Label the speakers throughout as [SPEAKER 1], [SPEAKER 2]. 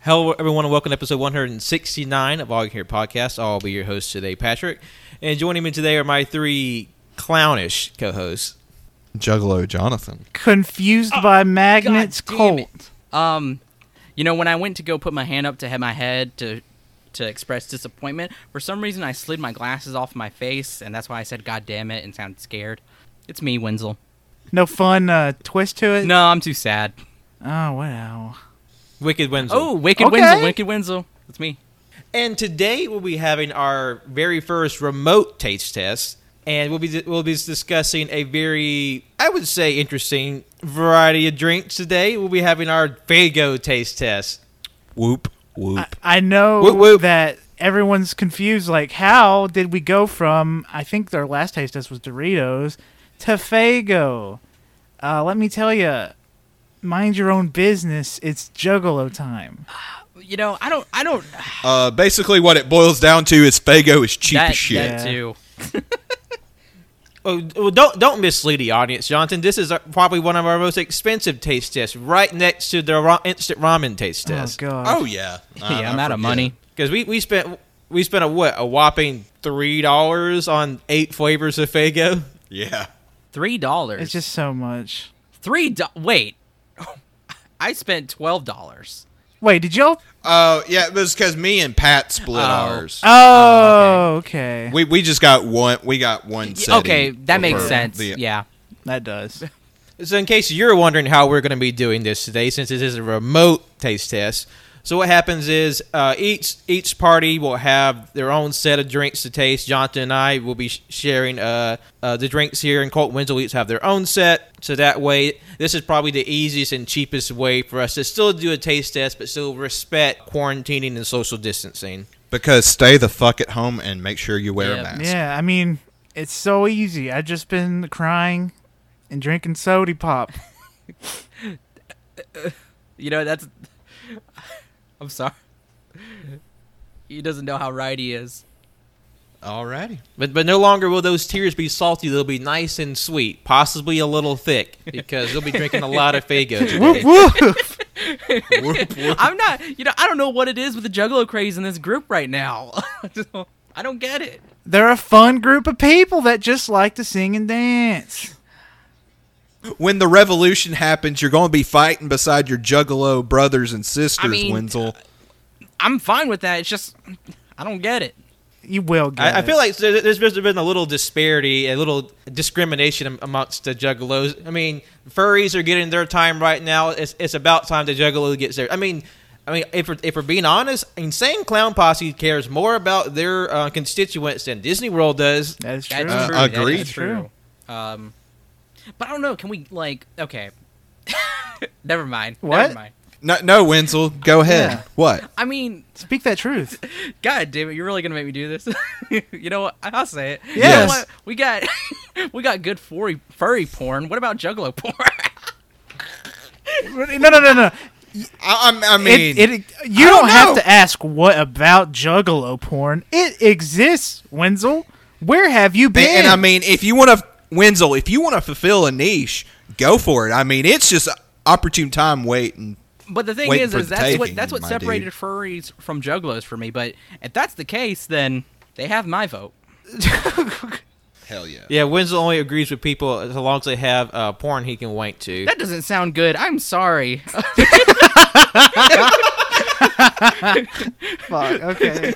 [SPEAKER 1] Hello, everyone, and welcome to episode 169 of All You Hear Podcast. I'll be your host today, Patrick. And joining me today are my three clownish co hosts.
[SPEAKER 2] Juggalo Jonathan.
[SPEAKER 3] Confused by magnets,
[SPEAKER 4] Ah, God damn
[SPEAKER 3] cold.
[SPEAKER 4] it. Um, you know, when I went to go put my hand up to have my head to to express disappointment, for some reason I slid my glasses off my face, and that's why I said "God damn it" and sounded scared. It's me, Wenzel.
[SPEAKER 3] No fun uh, twist to it.
[SPEAKER 4] No, I'm too sad.
[SPEAKER 3] Oh wow.
[SPEAKER 1] Wicked Wenzel.
[SPEAKER 4] Oh, Wicked
[SPEAKER 3] Okay.
[SPEAKER 4] Wenzel, Wicked Wenzel. It's me.
[SPEAKER 1] And today we'll be having our very first remote taste test, and we'll be we'll be discussing a very I would say interesting variety of drinks today. We'll be having our Fago taste test.
[SPEAKER 2] Whoop whoop.
[SPEAKER 3] I know
[SPEAKER 1] Whoop, whoop.
[SPEAKER 3] that everyone's confused. Like, how did we go from? I think their last taste test was Doritos to Fago. Uh, let me tell you, mind your own business. It's Juggalo time.
[SPEAKER 4] You know, I don't, I don't.
[SPEAKER 2] uh, basically, what it boils down to is Fago is cheap
[SPEAKER 4] that,
[SPEAKER 2] as shit.
[SPEAKER 4] that too.
[SPEAKER 1] Oh, well, don't don't mislead the audience, Jonathan. This is our, probably one of our most expensive taste tests, right next to the ra- instant ramen taste test.
[SPEAKER 3] Oh god.
[SPEAKER 2] Oh yeah. I-
[SPEAKER 4] yeah,
[SPEAKER 2] I
[SPEAKER 4] Uh, I'm out
[SPEAKER 2] forget.
[SPEAKER 4] of money.
[SPEAKER 1] Because we, we spent we spent a what a whopping three dollars on eight flavors of Fago.
[SPEAKER 2] Yeah.
[SPEAKER 4] Three dollars.
[SPEAKER 3] It's just so much.
[SPEAKER 4] three. Do- wait, I spent twelve dollars.
[SPEAKER 3] Wait, did y'all?
[SPEAKER 2] Uh, yeah, it was because me and Pat split
[SPEAKER 4] Oh.
[SPEAKER 2] ours.
[SPEAKER 3] Oh, okay.
[SPEAKER 2] We we just got one. We got one. setting
[SPEAKER 4] Okay, that makes
[SPEAKER 2] for
[SPEAKER 4] sense.
[SPEAKER 2] the-
[SPEAKER 4] yeah.
[SPEAKER 3] That does.
[SPEAKER 1] So, in case you're wondering how we're going to be doing this today, since this is a remote taste test, so what happens is uh, each each party will have their own set of drinks to taste. Jonathan and I will be sh- sharing uh, uh, the drinks here, and Colt Winslow each have their own set. So that way, this is probably the easiest and cheapest way for us to still do a taste test, but still respect quarantining and social distancing.
[SPEAKER 2] Because stay the fuck at home and make sure you wear
[SPEAKER 4] Yeah.
[SPEAKER 2] a mask.
[SPEAKER 3] Yeah, I mean, it's so easy. I've just been crying and drinking soda pop.
[SPEAKER 4] You know, that's. I'm sorry. He doesn't know how right he is.
[SPEAKER 2] Alrighty.
[SPEAKER 1] But, but no longer will those tears be salty. They'll be nice and sweet, possibly a little thick, because you'll be drinking a lot of Fago. today.
[SPEAKER 3] woof woof.
[SPEAKER 2] Whoop, whoop.
[SPEAKER 4] I'm not. You know, I don't know what it is with the Juggalo craze in this group right now. I don't get it.
[SPEAKER 3] They're a fun group of people that just like to sing and dance.
[SPEAKER 2] when the revolution happens, you're going to be fighting beside your Juggalo brothers and sisters,
[SPEAKER 4] mean,
[SPEAKER 2] Wenzel.
[SPEAKER 4] I'm fine with that. It's just I don't get it.
[SPEAKER 3] You will get.
[SPEAKER 1] I, I
[SPEAKER 3] it.
[SPEAKER 1] feel like there- there's been- there's been a little disparity, a little discrimination am- amongst the juggalos. I mean, furries are getting their time right now. It's, it's about time the juggalo gets there. I mean, I mean, if we're, if we're being honest, insane clown posse cares more about their uh, constituents than Disney World does.
[SPEAKER 3] that is true.
[SPEAKER 4] That's
[SPEAKER 2] Uh,
[SPEAKER 4] true.
[SPEAKER 2] uh,
[SPEAKER 4] That is
[SPEAKER 2] agreed.
[SPEAKER 4] true. Um, but I don't know. Can we like? Okay. Never mind.
[SPEAKER 3] What?
[SPEAKER 4] Never mind.
[SPEAKER 2] No, no, Wenzel, go ahead.
[SPEAKER 3] Yeah.
[SPEAKER 2] What?
[SPEAKER 4] I mean,
[SPEAKER 3] Speak that truth.
[SPEAKER 4] God damn it! You're really gonna make me do this. you know what? I'll say it. You know
[SPEAKER 2] Yes.
[SPEAKER 4] what? We got we got good furry furry porn. What about Juggalo porn?
[SPEAKER 3] No, no, no, no.
[SPEAKER 2] I, I'm- I mean,
[SPEAKER 3] It, it, you
[SPEAKER 2] I
[SPEAKER 3] don't,
[SPEAKER 2] don't
[SPEAKER 3] have
[SPEAKER 2] know.
[SPEAKER 3] to ask what about Juggalo porn. It exists, Wenzel. Where have you
[SPEAKER 2] And,
[SPEAKER 3] been?
[SPEAKER 2] and I mean, if you want to, Wenzel, if you want to fulfill a niche, go for it. I mean, it's just a opportune time waiting.
[SPEAKER 4] But the thing
[SPEAKER 2] Waiting
[SPEAKER 4] is,
[SPEAKER 2] for
[SPEAKER 4] is
[SPEAKER 2] the
[SPEAKER 4] that's what
[SPEAKER 2] taking,
[SPEAKER 4] that's what
[SPEAKER 2] my
[SPEAKER 4] separated
[SPEAKER 2] dude.
[SPEAKER 4] furries from juggalos for me. But if that's the case, then they have my vote.
[SPEAKER 2] Hell yeah.
[SPEAKER 1] Yeah, Winslow only agrees with people as long as they have uh, porn he can wank to.
[SPEAKER 4] That doesn't sound good. I'm sorry.
[SPEAKER 3] Fuck. Okay.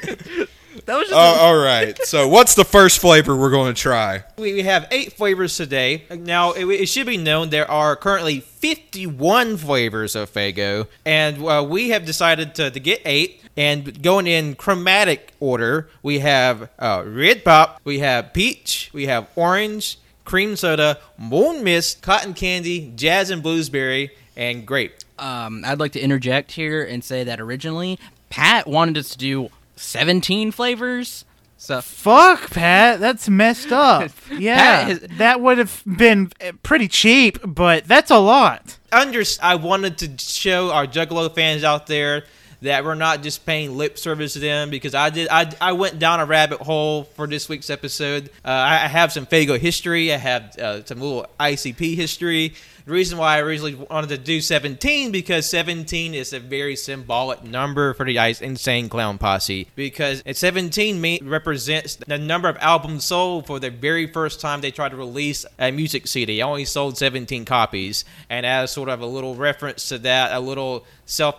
[SPEAKER 4] that was just
[SPEAKER 2] Uh, all right. So, what's the first flavor we're going to try?
[SPEAKER 1] We we have eight flavors today. Now, it, it should be known there are currently 51 flavors of Fago, and uh, we have decided to, to get eight. And going in chromatic order, we have uh, Red Pop, we have Peach, we have Orange, Cream Soda, Moon Mist, Cotton Candy, Jazz and Bluesberry, and Grape.
[SPEAKER 4] um, I'd like to interject here and say that originally Pat wanted us to do 17 flavors. So
[SPEAKER 3] Fuck, Pat. That's messed up. Yeah,
[SPEAKER 4] Pat is-
[SPEAKER 3] that would have been uh, pretty cheap, but that's a lot.
[SPEAKER 1] Under, I wanted to show our Juggalo fans out there that we're not just paying lip service to them because I did. I, I went down a rabbit hole for this week's episode. Uh, I, I have some Fago history. I have uh, some little ICP history. The reason why I originally wanted to do 17 because 17 is a very symbolic number for the Ice Insane Clown Posse because at 17 me- represents the number of albums sold for the very first time they tried to release a music CD. They only sold 17 copies, and as sort of a little reference to that, a little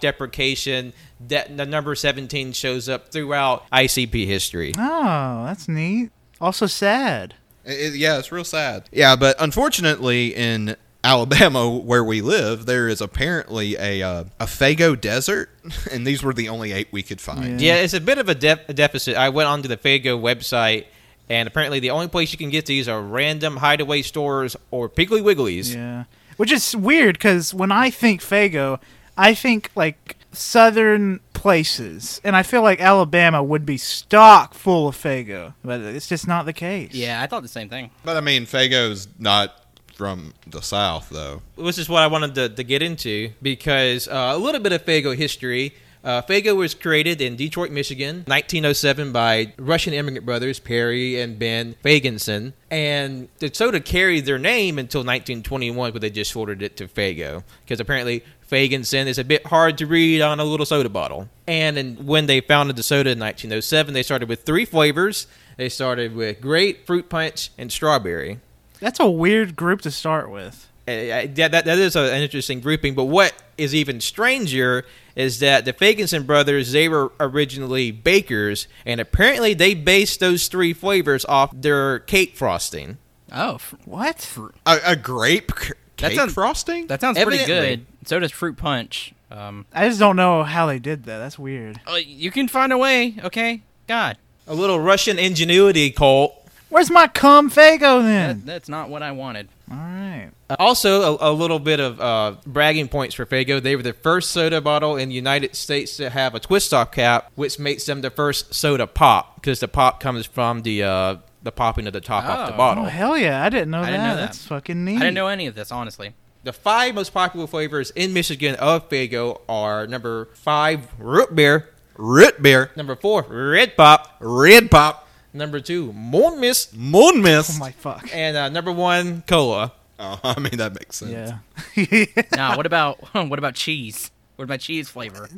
[SPEAKER 1] self-deprecation, that the number 17 shows up throughout ICP history.
[SPEAKER 3] Oh, that's neat. Also sad.
[SPEAKER 2] It- it- yeah, it's real sad. Yeah, but unfortunately, in Alabama, where we live, there is apparently a uh, a Fago desert, and these were the only eight we could find.
[SPEAKER 1] Yeah, it's a bit of a, def- a deficit. I went onto the Fago website, and apparently the only place you can get these are random hideaway stores or Piggly Wigglies.
[SPEAKER 3] Yeah. Which is weird because when I think Fago, I think like southern places. And I feel like Alabama would be stock full of Fago. But it's just not the case.
[SPEAKER 4] Yeah, I thought the same thing.
[SPEAKER 2] But I mean, Fago's not from the South, though.
[SPEAKER 1] This is what I wanted to, to get into because uh, a little bit of Fago history. Uh, Fago was created in Detroit, Michigan, 1907 by Russian immigrant brothers Perry and Ben Fagenson, and it sort of carried their name until 1921, but they just shortened it to Fago because apparently Fagenson is a bit hard to read on a little soda bottle. And in, when they founded the soda in 1907, they started with three flavors. They started with grape, fruit punch, and strawberry.
[SPEAKER 3] That's a weird group to start with.
[SPEAKER 1] Uh, I- that, that, that is a- an interesting grouping. But what is even stranger is that the Fagenson brothers, they were originally bakers, and apparently they based those three flavors off their cake frosting.
[SPEAKER 4] Oh, fr-
[SPEAKER 3] What?
[SPEAKER 2] A, a grape c-
[SPEAKER 4] That
[SPEAKER 2] cake
[SPEAKER 4] sounds-
[SPEAKER 2] frosting.
[SPEAKER 4] that sounds
[SPEAKER 1] Evidently.
[SPEAKER 4] pretty good. So does fruit punch. Um,
[SPEAKER 3] I just don't know how they did that. That's weird.
[SPEAKER 4] oh, you can find a way. Okay, God,
[SPEAKER 1] A little Russian ingenuity cult.
[SPEAKER 3] Where's my cum Fago
[SPEAKER 4] that,
[SPEAKER 3] then?
[SPEAKER 4] that's not what I wanted.
[SPEAKER 3] All right.
[SPEAKER 1] Uh, Also, a, a little bit of uh, bragging points for Fago. They were the first soda bottle in the United States to have a twist-off cap, which makes them the first soda pop because the pop comes from the uh, the popping of the top off the
[SPEAKER 4] Oh.
[SPEAKER 3] Oh,
[SPEAKER 1] bottle.
[SPEAKER 3] hell yeah. I didn't know,
[SPEAKER 4] I
[SPEAKER 3] that.
[SPEAKER 4] didn't know that.
[SPEAKER 3] That's fucking
[SPEAKER 4] I
[SPEAKER 3] neat.
[SPEAKER 4] didn't know any of this, honestly.
[SPEAKER 1] The five most popular flavors in Michigan of Fago are number five root beer,
[SPEAKER 2] Root beer,
[SPEAKER 1] number four red pop,
[SPEAKER 2] red pop,
[SPEAKER 1] number two moon mist,
[SPEAKER 2] moon mist.
[SPEAKER 3] Oh my fuck.
[SPEAKER 1] and uh, number one cola.
[SPEAKER 2] Oh, I mean, that makes sense.
[SPEAKER 3] Yeah.
[SPEAKER 4] Nah, what about what about cheese? What about cheese flavor?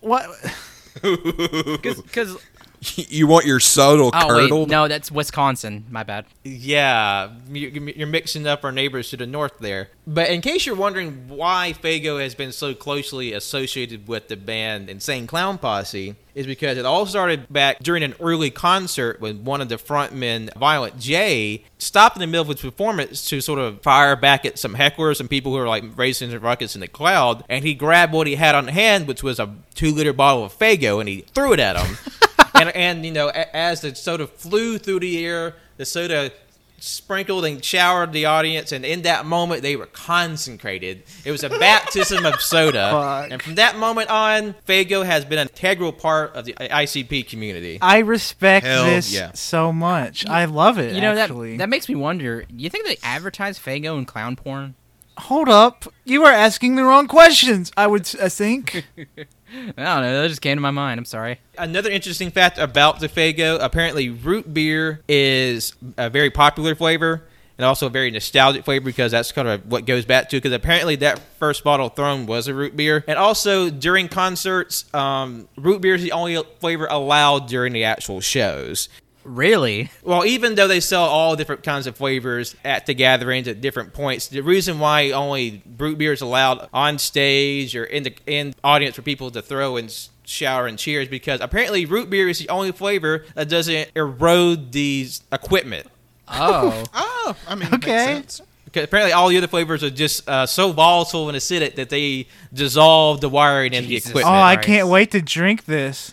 [SPEAKER 3] what?
[SPEAKER 4] Because
[SPEAKER 2] You want your subtle
[SPEAKER 4] oh wait,
[SPEAKER 2] curdled?
[SPEAKER 4] no, that's Wisconsin. My bad.
[SPEAKER 1] Yeah, you- you're mixing up our neighbors to the north there. But in case you're wondering why Fago has been so closely associated with the band Insane Clown Posse, is because it all started back during an early concert when one of the frontmen, Violent J, stopped in the middle of his performance to sort of fire back at some hecklers and people who were like raising ruckus in the cloud, and he grabbed what he had on hand, which was a two-liter bottle of Fago, and he threw it at him. and, and you know, a- as the soda flew through the air, the soda sprinkled and showered the audience, and in that moment they were consecrated. It was a baptism of soda,
[SPEAKER 3] Fuck.
[SPEAKER 1] and from that moment on, Fago has been an integral part of the ICP community.
[SPEAKER 3] I respect
[SPEAKER 2] Hell
[SPEAKER 3] this
[SPEAKER 2] yeah.
[SPEAKER 3] so much. I love it.
[SPEAKER 4] You know
[SPEAKER 3] actually.
[SPEAKER 4] that that makes me wonder. You think they advertise Fago and clown porn?
[SPEAKER 3] Hold up. You are asking the wrong questions, I would s- I think.
[SPEAKER 4] I don't know. That just came to my mind. I'm sorry.
[SPEAKER 1] Another interesting fact about the Fago: apparently, root beer is a very popular flavor. And also a very nostalgic flavor because that's kind of what goes back to. Because apparently that first bottle thrown was a root beer. And also during concerts, um, root beer is the only flavor allowed during the actual shows.
[SPEAKER 4] Really?
[SPEAKER 1] Well, even though they sell all different kinds of flavors at the gatherings at different points, the reason why only root beer is allowed on stage or in the in audience for people to throw and s- shower and cheer is because apparently root beer is the only flavor that doesn't erode these equipment.
[SPEAKER 4] Oh,
[SPEAKER 2] Oh, I mean,
[SPEAKER 3] Okay.
[SPEAKER 2] okay.
[SPEAKER 1] Because apparently all the other flavors are just uh, so volatile and acidic that they dissolve the wiring in the
[SPEAKER 3] Oh,
[SPEAKER 4] Jesus.
[SPEAKER 1] equipment.
[SPEAKER 3] I
[SPEAKER 4] Nice.
[SPEAKER 3] can't wait to drink this.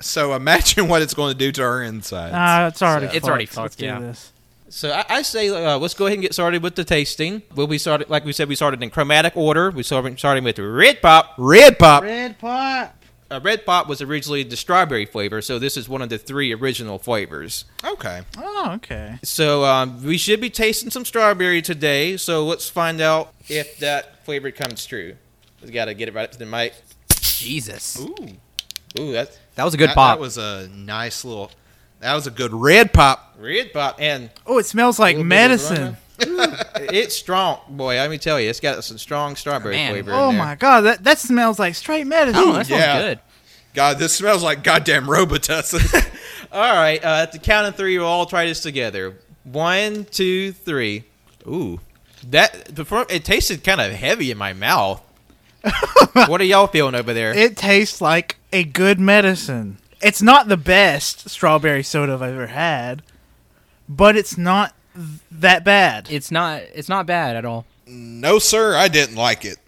[SPEAKER 2] So imagine what it's going to do to our insides.
[SPEAKER 3] Ah, it's already
[SPEAKER 4] It's already
[SPEAKER 3] Let's
[SPEAKER 4] fucked,
[SPEAKER 3] do
[SPEAKER 4] yeah.
[SPEAKER 3] this.
[SPEAKER 1] So I, I say uh, let's go ahead and get started with the tasting. We'll be started like we said we started in chromatic order. We started starting with red pop.
[SPEAKER 2] Red pop.
[SPEAKER 3] Red pot.
[SPEAKER 1] uh, red pop was originally the strawberry flavor, so this is one of the three original flavors.
[SPEAKER 2] Okay.
[SPEAKER 3] Oh, okay.
[SPEAKER 1] So um, we should be tasting some strawberry today. So let's find out if that flavor comes true. We gotta get it right up to the mic.
[SPEAKER 4] Jesus!
[SPEAKER 2] Ooh,
[SPEAKER 1] Ooh, that's
[SPEAKER 4] That was a good
[SPEAKER 2] that,
[SPEAKER 4] pop.
[SPEAKER 2] That was a nice little. That was a good red pop.
[SPEAKER 1] red pop and
[SPEAKER 3] Oh, it smells like
[SPEAKER 1] Little bit of
[SPEAKER 3] medicine.
[SPEAKER 1] aroma. it's strong, boy. Let me tell you, it's got some strong strawberry
[SPEAKER 4] Man.
[SPEAKER 1] flavor.
[SPEAKER 3] Oh
[SPEAKER 1] in there.
[SPEAKER 3] my god, that that smells like straight medicine.
[SPEAKER 4] Oh, that sounds
[SPEAKER 2] Yeah.
[SPEAKER 4] good.
[SPEAKER 2] God, this smells like goddamn Robitussin.
[SPEAKER 1] All right, uh, at the count of three, we'll all try this together. One, two, three. Ooh, that the fir- it tasted kind of heavy in my mouth. what are y'all feeling over there?
[SPEAKER 3] It tastes like a good medicine. It's not the best strawberry soda I've ever had, but it's not th- that bad.
[SPEAKER 4] It's not. It's not bad at all.
[SPEAKER 2] no, sir, I didn't like it.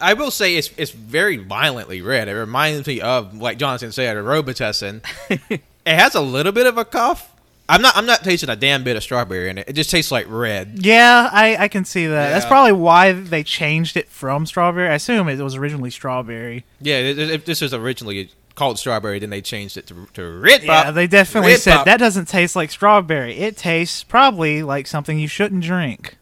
[SPEAKER 1] I will say it's it's very violently red. It reminds me of like Jonathan said, a Robitussin. it has a little bit of a cough. I'm not I'm not tasting a damn bit of strawberry in it. It just tastes like red.
[SPEAKER 3] yeah, I, I can see that. That's
[SPEAKER 2] Yeah.
[SPEAKER 3] probably why they changed it from strawberry. I assume it was originally strawberry.
[SPEAKER 1] Yeah, it, it- it- this was originally called strawberry, then they changed it to, to red pop.
[SPEAKER 3] yeah, they definitely
[SPEAKER 1] Red
[SPEAKER 3] said
[SPEAKER 1] Pop.
[SPEAKER 3] that doesn't taste like strawberry. It tastes probably like something you shouldn't drink.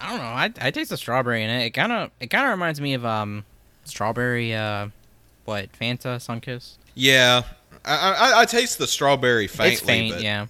[SPEAKER 4] I don't know. I, I taste the strawberry in it. It kind of it kind of reminds me of um strawberry uh what Fanta Sunkiss.
[SPEAKER 2] Yeah, I, I, I taste the strawberry faintly.
[SPEAKER 4] It's faint.
[SPEAKER 2] but
[SPEAKER 4] Yeah.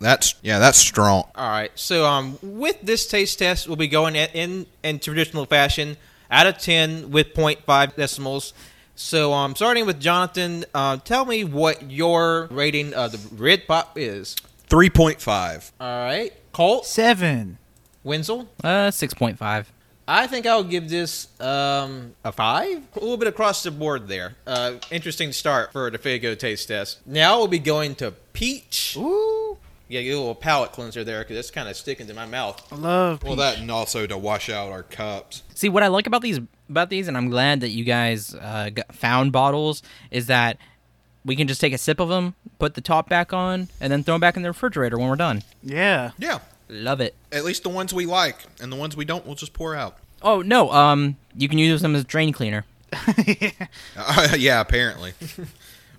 [SPEAKER 2] That's yeah, that's strong.
[SPEAKER 1] All right. So um, with this taste test, we'll be going in, in in traditional fashion, out of ten with 0.5 decimals. So um, starting with Jonathan, uh, tell me what your rating of the red pop is.
[SPEAKER 2] Three point five.
[SPEAKER 1] All right, Colt
[SPEAKER 3] Seven.
[SPEAKER 1] Wenzel.
[SPEAKER 4] Uh, six point five.
[SPEAKER 1] I think I'll give this um, a five. A little bit across the board there. Uh, interesting start for the Fago taste test. Now we'll be going to peach.
[SPEAKER 3] Ooh,
[SPEAKER 1] Yeah, get a little palate cleanser there because it's kind of sticking to my mouth.
[SPEAKER 3] I love.
[SPEAKER 2] Well,
[SPEAKER 3] peach.
[SPEAKER 2] that and also to wash out our cups.
[SPEAKER 4] See what I like about these about these, and I'm glad that you guys uh, got, found bottles. Is that we can just take a sip of them, put the top back on, and then throw them back in the refrigerator when we're done.
[SPEAKER 3] yeah.
[SPEAKER 2] Yeah,
[SPEAKER 4] Love it.
[SPEAKER 2] at least the ones we like, and the ones we don't, we'll just pour out.
[SPEAKER 4] Oh no. Um, you can use them as drain cleaner.
[SPEAKER 2] Uh, yeah, apparently.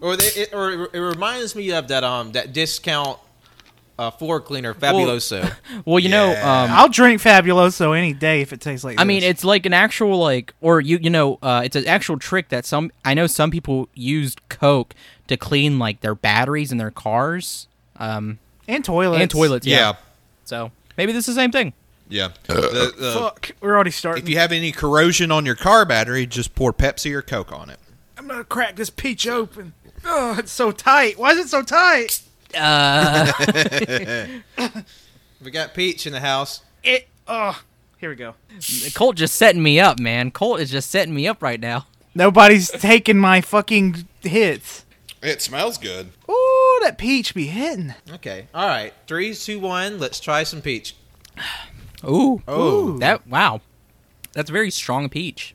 [SPEAKER 1] Or they, it, or it reminds me of that um that discount uh, floor cleaner Fabuloso.
[SPEAKER 4] Well, you
[SPEAKER 2] Yeah.
[SPEAKER 4] know, um,
[SPEAKER 3] I'll drink Fabuloso any day if it tastes like.
[SPEAKER 4] I mean,
[SPEAKER 3] this.
[SPEAKER 4] it's like an actual like, or you you know, uh, it's an actual trick that some I know some people used Coke to clean like their batteries in their cars, um,
[SPEAKER 3] and toilets
[SPEAKER 4] and toilets. Yeah.
[SPEAKER 2] Yeah,
[SPEAKER 4] So maybe this is the same thing.
[SPEAKER 2] yeah. The- the-
[SPEAKER 3] Fuck, we're already starting.
[SPEAKER 2] if you have any corrosion on your car battery, just pour Pepsi or Coke on it.
[SPEAKER 3] I'm gonna crack this peach open. Oh, it's so tight. Why is it so tight?
[SPEAKER 1] we got Peach in the house.
[SPEAKER 3] It. Oh, here we go.
[SPEAKER 4] Colt just setting me up, man. Colt is just setting me up right now.
[SPEAKER 3] Nobody's taking my fucking hits.
[SPEAKER 2] It smells good.
[SPEAKER 3] Ooh, that peach be hitting.
[SPEAKER 1] Okay, all right, three, two, one. Let's try some Peach.
[SPEAKER 4] Ooh,
[SPEAKER 1] Oh.
[SPEAKER 4] that wow, that's very strong peach.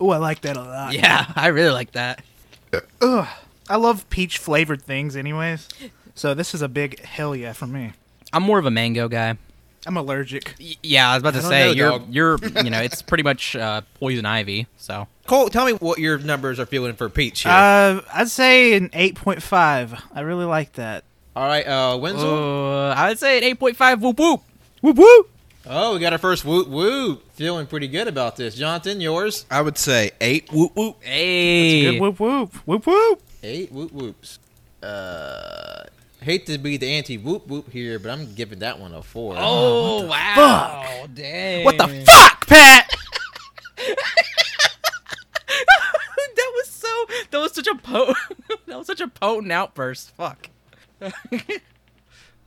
[SPEAKER 3] Ooh, I like that a lot.
[SPEAKER 4] Yeah, I really like that.
[SPEAKER 3] I love peach flavored things, anyways. So this is a big hell yeah for me.
[SPEAKER 4] I'm more of a mango guy.
[SPEAKER 3] I'm allergic.
[SPEAKER 4] Y- yeah, I was about to
[SPEAKER 1] I don't
[SPEAKER 4] say
[SPEAKER 1] know,
[SPEAKER 4] you're
[SPEAKER 1] dog.
[SPEAKER 4] you're you know it's pretty much uh, poison ivy. So
[SPEAKER 1] Cole, tell me what your numbers are feeling for Peach here.
[SPEAKER 3] Uh, I'd say an 8.5. I really like that.
[SPEAKER 1] all right, uh, Wenzel.
[SPEAKER 4] uh, I would say an eight point five. Whoop whoop.
[SPEAKER 3] Whoop whoop.
[SPEAKER 1] oh, we got our first whoop whoop. Feeling pretty good about this. Jonathan, yours
[SPEAKER 2] I would say eight. Whoop whoop.
[SPEAKER 4] Hey,
[SPEAKER 3] Good whoop whoop. Whoop whoop.
[SPEAKER 1] eight whoop whoops. Uh, hate to be the anti whoop whoop here, but I'm giving that one a four.
[SPEAKER 4] Oh wow! Dang. What the fuck?
[SPEAKER 3] Fuck, Pat.
[SPEAKER 4] that was so. That was such a po. that was such a potent outburst. Fuck.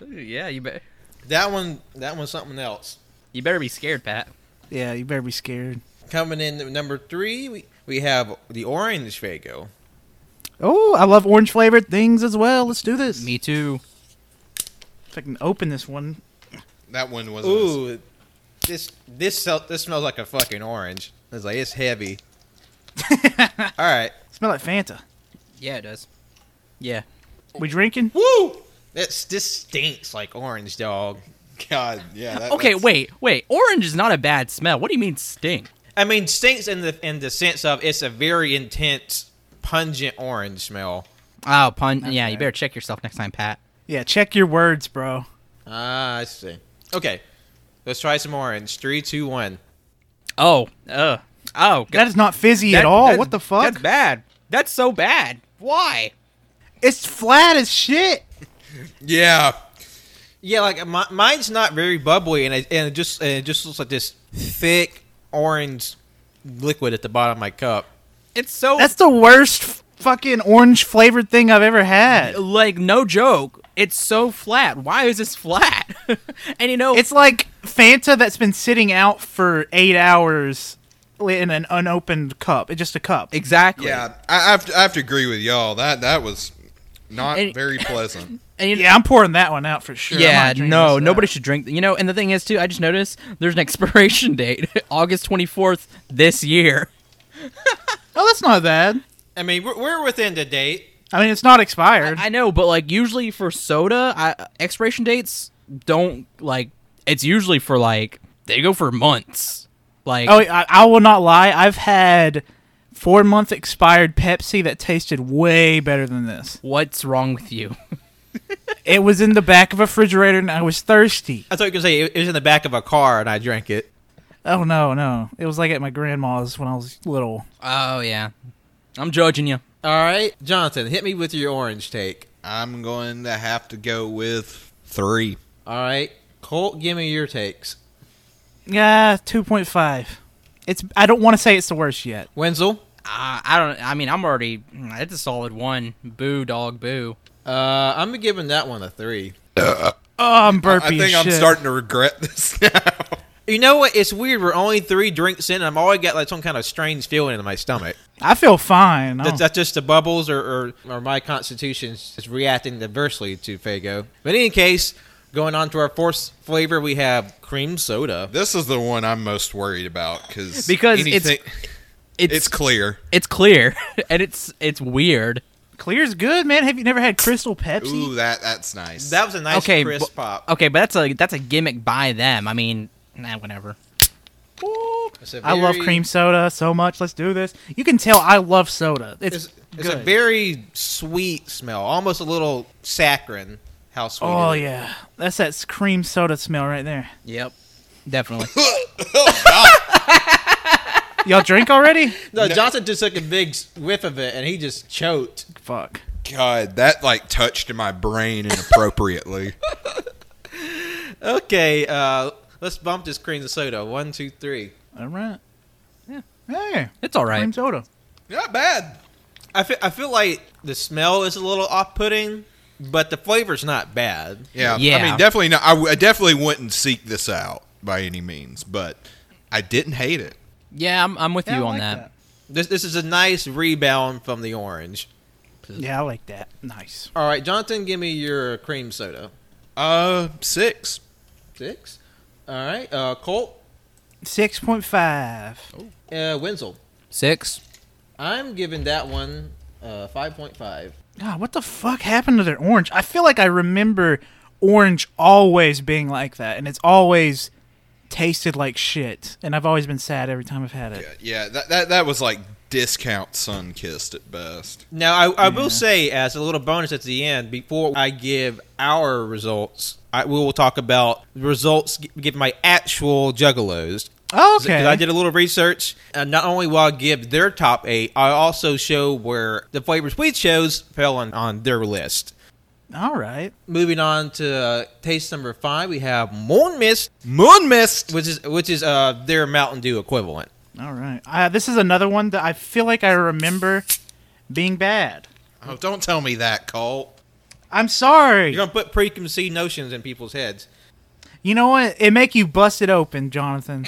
[SPEAKER 4] yeah, you bet.
[SPEAKER 1] that one, that one's something else.
[SPEAKER 4] You better be scared, Pat.
[SPEAKER 3] yeah, you better be scared.
[SPEAKER 1] Coming in at number three, we, we have the orange Fago.
[SPEAKER 3] Oh, I love orange flavored things as well. Let's do this.
[SPEAKER 4] Me too.
[SPEAKER 3] If I can open this one.
[SPEAKER 2] That one was.
[SPEAKER 1] Ooh, this this smell, this smells like a fucking orange. It's like it's heavy. All right,
[SPEAKER 3] Smell like Fanta.
[SPEAKER 4] Yeah, it does. Yeah.
[SPEAKER 3] We drinking?
[SPEAKER 1] woo! That's this stinks like orange dog.
[SPEAKER 2] God, yeah. That,
[SPEAKER 4] Okay,
[SPEAKER 2] that's-
[SPEAKER 4] wait, wait. Orange is not a bad smell. What do you mean stink?
[SPEAKER 1] I mean, stinks in the in the sense of it's a very intense, pungent orange smell.
[SPEAKER 4] Oh, pun. Yeah,
[SPEAKER 3] Okay.
[SPEAKER 4] you better check yourself next time, Pat.
[SPEAKER 3] Yeah, check your words, bro.
[SPEAKER 1] Ah, I see. Okay, let's try some orange. Three, two, one.
[SPEAKER 4] Oh, uh, oh.
[SPEAKER 3] That is not fizzy
[SPEAKER 4] that-
[SPEAKER 3] at all.
[SPEAKER 4] that's-
[SPEAKER 3] What the fuck?
[SPEAKER 4] That's bad. That's so bad. Why?
[SPEAKER 3] It's flat as shit.
[SPEAKER 2] Yeah.
[SPEAKER 1] Yeah, like my, mine's not very bubbly, and it, and it just and it just looks like this thick orange liquid at the bottom of my cup.
[SPEAKER 4] It's so
[SPEAKER 3] That's the worst f- fucking orange flavored thing I've ever had.
[SPEAKER 4] like no joke. It's so flat. Why is this flat? and you know,
[SPEAKER 3] It's like Fanta that's been sitting out for eight hours in an unopened cup. It's just a cup.
[SPEAKER 4] exactly.
[SPEAKER 2] Yeah, I, I, have to, I have to agree with y'all. That that was not
[SPEAKER 4] And-
[SPEAKER 2] very pleasant.
[SPEAKER 4] And you
[SPEAKER 3] Yeah, I'm pouring that one out for sure. I'm
[SPEAKER 4] Yeah,
[SPEAKER 3] not drinking
[SPEAKER 4] no,
[SPEAKER 3] this up.
[SPEAKER 4] nobody should drink. You know, and the thing is too, I just noticed there's an expiration date, August 24th this year.
[SPEAKER 3] Oh, that's not bad.
[SPEAKER 1] I mean, we're, we're within the date.
[SPEAKER 3] I mean, it's not expired.
[SPEAKER 4] I know, but like usually for soda, I, expiration dates don't like. It's usually for like they go for months. Like
[SPEAKER 3] oh, I, I will not lie. I've had four month expired Pepsi that tasted way better than this.
[SPEAKER 4] what's wrong with you?
[SPEAKER 3] It was in the back of a refrigerator, and I was thirsty.
[SPEAKER 1] I thought you could say it it was in the back of a car, and I drank it.
[SPEAKER 3] Oh no, no! It was like at my grandma's when I was little.
[SPEAKER 4] Oh yeah, I'm judging you.
[SPEAKER 1] All right, Jonathan, hit me with your orange take.
[SPEAKER 2] I'm going to have to go with three.
[SPEAKER 1] All right, Colt, give me your takes.
[SPEAKER 3] Yeah, two point five. It's. I don't want to say it's the worst yet.
[SPEAKER 1] Wenzel,
[SPEAKER 4] Uh, I don't. I mean, I'm already. hmm, It's a solid one. Boo, dog, boo.
[SPEAKER 1] uh, I'm giving that one a three.
[SPEAKER 3] Oh, I'm burpy.
[SPEAKER 2] I think
[SPEAKER 3] as
[SPEAKER 2] I'm
[SPEAKER 3] shit.
[SPEAKER 2] starting to regret this now.
[SPEAKER 1] You know what? It's weird. We're only three drinks in, and I'm already got like some kind of strange feeling in my stomach.
[SPEAKER 3] I feel fine.
[SPEAKER 1] That's,
[SPEAKER 3] Oh.
[SPEAKER 1] that's just the bubbles or, or, or my constitution is reacting adversely to Fago. But in any case, going on to our fourth flavor, we have cream soda.
[SPEAKER 2] This is the one I'm most worried about cause
[SPEAKER 4] Because it's- It's
[SPEAKER 2] it's clear.
[SPEAKER 4] it's clear and it's it's weird.
[SPEAKER 3] Clear's good, man. Have you never had Crystal Pepsi?
[SPEAKER 2] Ooh, that that's nice.
[SPEAKER 1] That was a nice
[SPEAKER 4] okay,
[SPEAKER 1] crisp
[SPEAKER 4] bu-
[SPEAKER 1] pop.
[SPEAKER 4] Okay, but uh, that's a that's a gimmick by them. I mean, nah, whatever.
[SPEAKER 1] It's a
[SPEAKER 3] I love
[SPEAKER 1] very-
[SPEAKER 3] cream soda so much. Let's do this. You can tell I love soda. It's,
[SPEAKER 1] It's,
[SPEAKER 3] good.
[SPEAKER 1] it's a very sweet smell, almost a little saccharine. How sweet!
[SPEAKER 3] oh
[SPEAKER 1] it is.
[SPEAKER 3] yeah, that's that s- cream soda smell right there.
[SPEAKER 4] Yep, definitely.
[SPEAKER 3] Y'all drink already?
[SPEAKER 1] No, Johnson just took a big whiff of it and he just choked.
[SPEAKER 3] Fuck.
[SPEAKER 2] God, that like touched my brain inappropriately.
[SPEAKER 1] Okay, uh, let's bump this cream soda. One, two, three.
[SPEAKER 3] All right. Yeah. Hey.
[SPEAKER 4] it's all
[SPEAKER 3] Cream
[SPEAKER 4] right.
[SPEAKER 3] soda.
[SPEAKER 2] Not bad.
[SPEAKER 1] I feel, I feel like the smell is a little off-putting, but the flavor's not bad.
[SPEAKER 2] Yeah, I
[SPEAKER 4] Yeah.
[SPEAKER 2] mean, definitely not. I, w- I definitely wouldn't seek this out by any means, but I didn't hate it.
[SPEAKER 4] Yeah, I'm, I'm with
[SPEAKER 3] Yeah,
[SPEAKER 4] you
[SPEAKER 3] I
[SPEAKER 4] on
[SPEAKER 3] like
[SPEAKER 4] that.
[SPEAKER 1] This this is a nice rebound from the orange.
[SPEAKER 3] Yeah, I like that. Nice.
[SPEAKER 1] All right, Jonathan, give me your cream soda.
[SPEAKER 2] Uh, six.
[SPEAKER 1] Six. All right, uh, Colt,
[SPEAKER 3] Six point five.
[SPEAKER 1] uh, Wenzel.
[SPEAKER 4] Six.
[SPEAKER 1] I'm giving that one uh, 5.5.
[SPEAKER 3] God, what the fuck happened to their orange? I feel like I remember orange always being like that, and it's always tasted like shit. And I've always been sad every time I've had it.
[SPEAKER 2] Yeah, yeah that, that that was like discount sun kissed at best.
[SPEAKER 1] Now, I, I will say, as a little bonus at the end, before I give our results, I, we will talk about the results, gi- give my actual juggalos.
[SPEAKER 3] Oh,
[SPEAKER 1] 'Cause-
[SPEAKER 3] okay.
[SPEAKER 1] 'cause I did a little research, and not only will I give their top eight, I also show where the flavors we chose fell on, on their list.
[SPEAKER 3] All right.
[SPEAKER 1] Moving on to uh, taste number five, we have Moon Mist,
[SPEAKER 2] Moon mist.
[SPEAKER 1] which is which is uh, their Mountain Dew equivalent.
[SPEAKER 3] All right. Uh, this is another one that I feel like I remember being bad.
[SPEAKER 2] Oh, don't tell me that, Cole.
[SPEAKER 3] I'm sorry.
[SPEAKER 1] You're gonna put preconceived notions in people's heads.
[SPEAKER 3] You know what? It make you bust it open, Jonathan.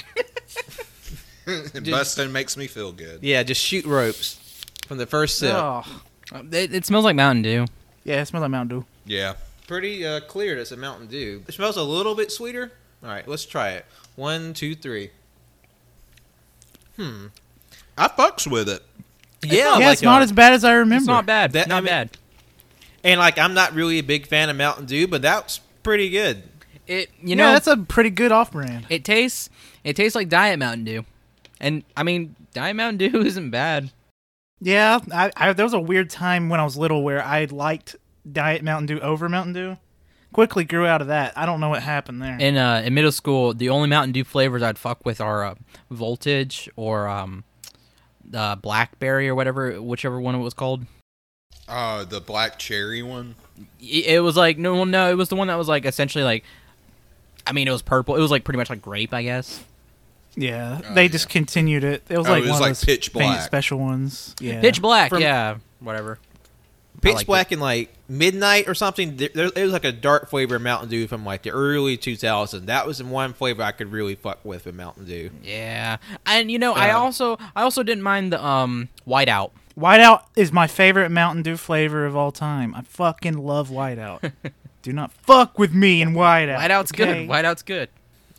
[SPEAKER 2] Bustin makes me feel good.
[SPEAKER 1] Yeah, just shoot ropes from the first sip.
[SPEAKER 3] Oh.
[SPEAKER 4] It, it smells like Mountain Dew.
[SPEAKER 3] Yeah, it smells like Mountain Dew.
[SPEAKER 2] Yeah.
[SPEAKER 1] Pretty uh, clear. That's a Mountain Dew. It smells a little bit sweeter. All right, let's try it. One, two, three.
[SPEAKER 2] I fucks with it.
[SPEAKER 1] Yeah,
[SPEAKER 3] yeah, it's not as bad as I remember.
[SPEAKER 4] It's not bad.
[SPEAKER 1] That-
[SPEAKER 4] not
[SPEAKER 1] I mean-
[SPEAKER 4] bad.
[SPEAKER 1] uh, and like I'm not really a big fan of Mountain Dew, but that's pretty good.
[SPEAKER 4] It you
[SPEAKER 3] You
[SPEAKER 4] know
[SPEAKER 3] know, that's a pretty good off-brand.
[SPEAKER 4] it tastes it tastes like Diet Mountain Dew, and I mean Diet Mountain Dew isn't bad.
[SPEAKER 3] Yeah, I, I, there was a weird time when I was little where I liked Diet Mountain Dew over Mountain Dew. Quickly grew out of that. I don't know what happened there.
[SPEAKER 4] In uh in middle school, the only Mountain Dew flavors I'd fuck with are uh, Voltage or um uh, Blackberry or whatever whichever one it was called.
[SPEAKER 2] Uh, the black cherry one.
[SPEAKER 4] Y- It was like no, well, no, it was the one that was like essentially like, I mean, it was purple. It was like pretty much like grape, I guess.
[SPEAKER 3] Yeah,
[SPEAKER 2] Oh,
[SPEAKER 3] they
[SPEAKER 2] yeah.
[SPEAKER 3] discontinued it. It was
[SPEAKER 2] Oh,
[SPEAKER 3] like
[SPEAKER 2] it was
[SPEAKER 3] one
[SPEAKER 2] like
[SPEAKER 3] of those
[SPEAKER 2] pitch
[SPEAKER 3] faint
[SPEAKER 2] black.
[SPEAKER 3] special ones. Yeah,
[SPEAKER 4] Pitch black,
[SPEAKER 1] From-
[SPEAKER 4] yeah, whatever.
[SPEAKER 1] Pitch
[SPEAKER 4] like
[SPEAKER 1] black in like midnight or something. There, there, it was like a dark flavor of Mountain Dew from like the early 2000s. That was the one flavor I could really fuck with with Mountain Dew.
[SPEAKER 4] Yeah, and you know, I
[SPEAKER 1] Uh,
[SPEAKER 4] also I also didn't mind the um whiteout.
[SPEAKER 3] Whiteout is my favorite Mountain Dew flavor of all time. I fucking love Whiteout. Do not fuck with me in Whiteout.
[SPEAKER 4] Whiteout's
[SPEAKER 3] okay?
[SPEAKER 4] good. Whiteout's good.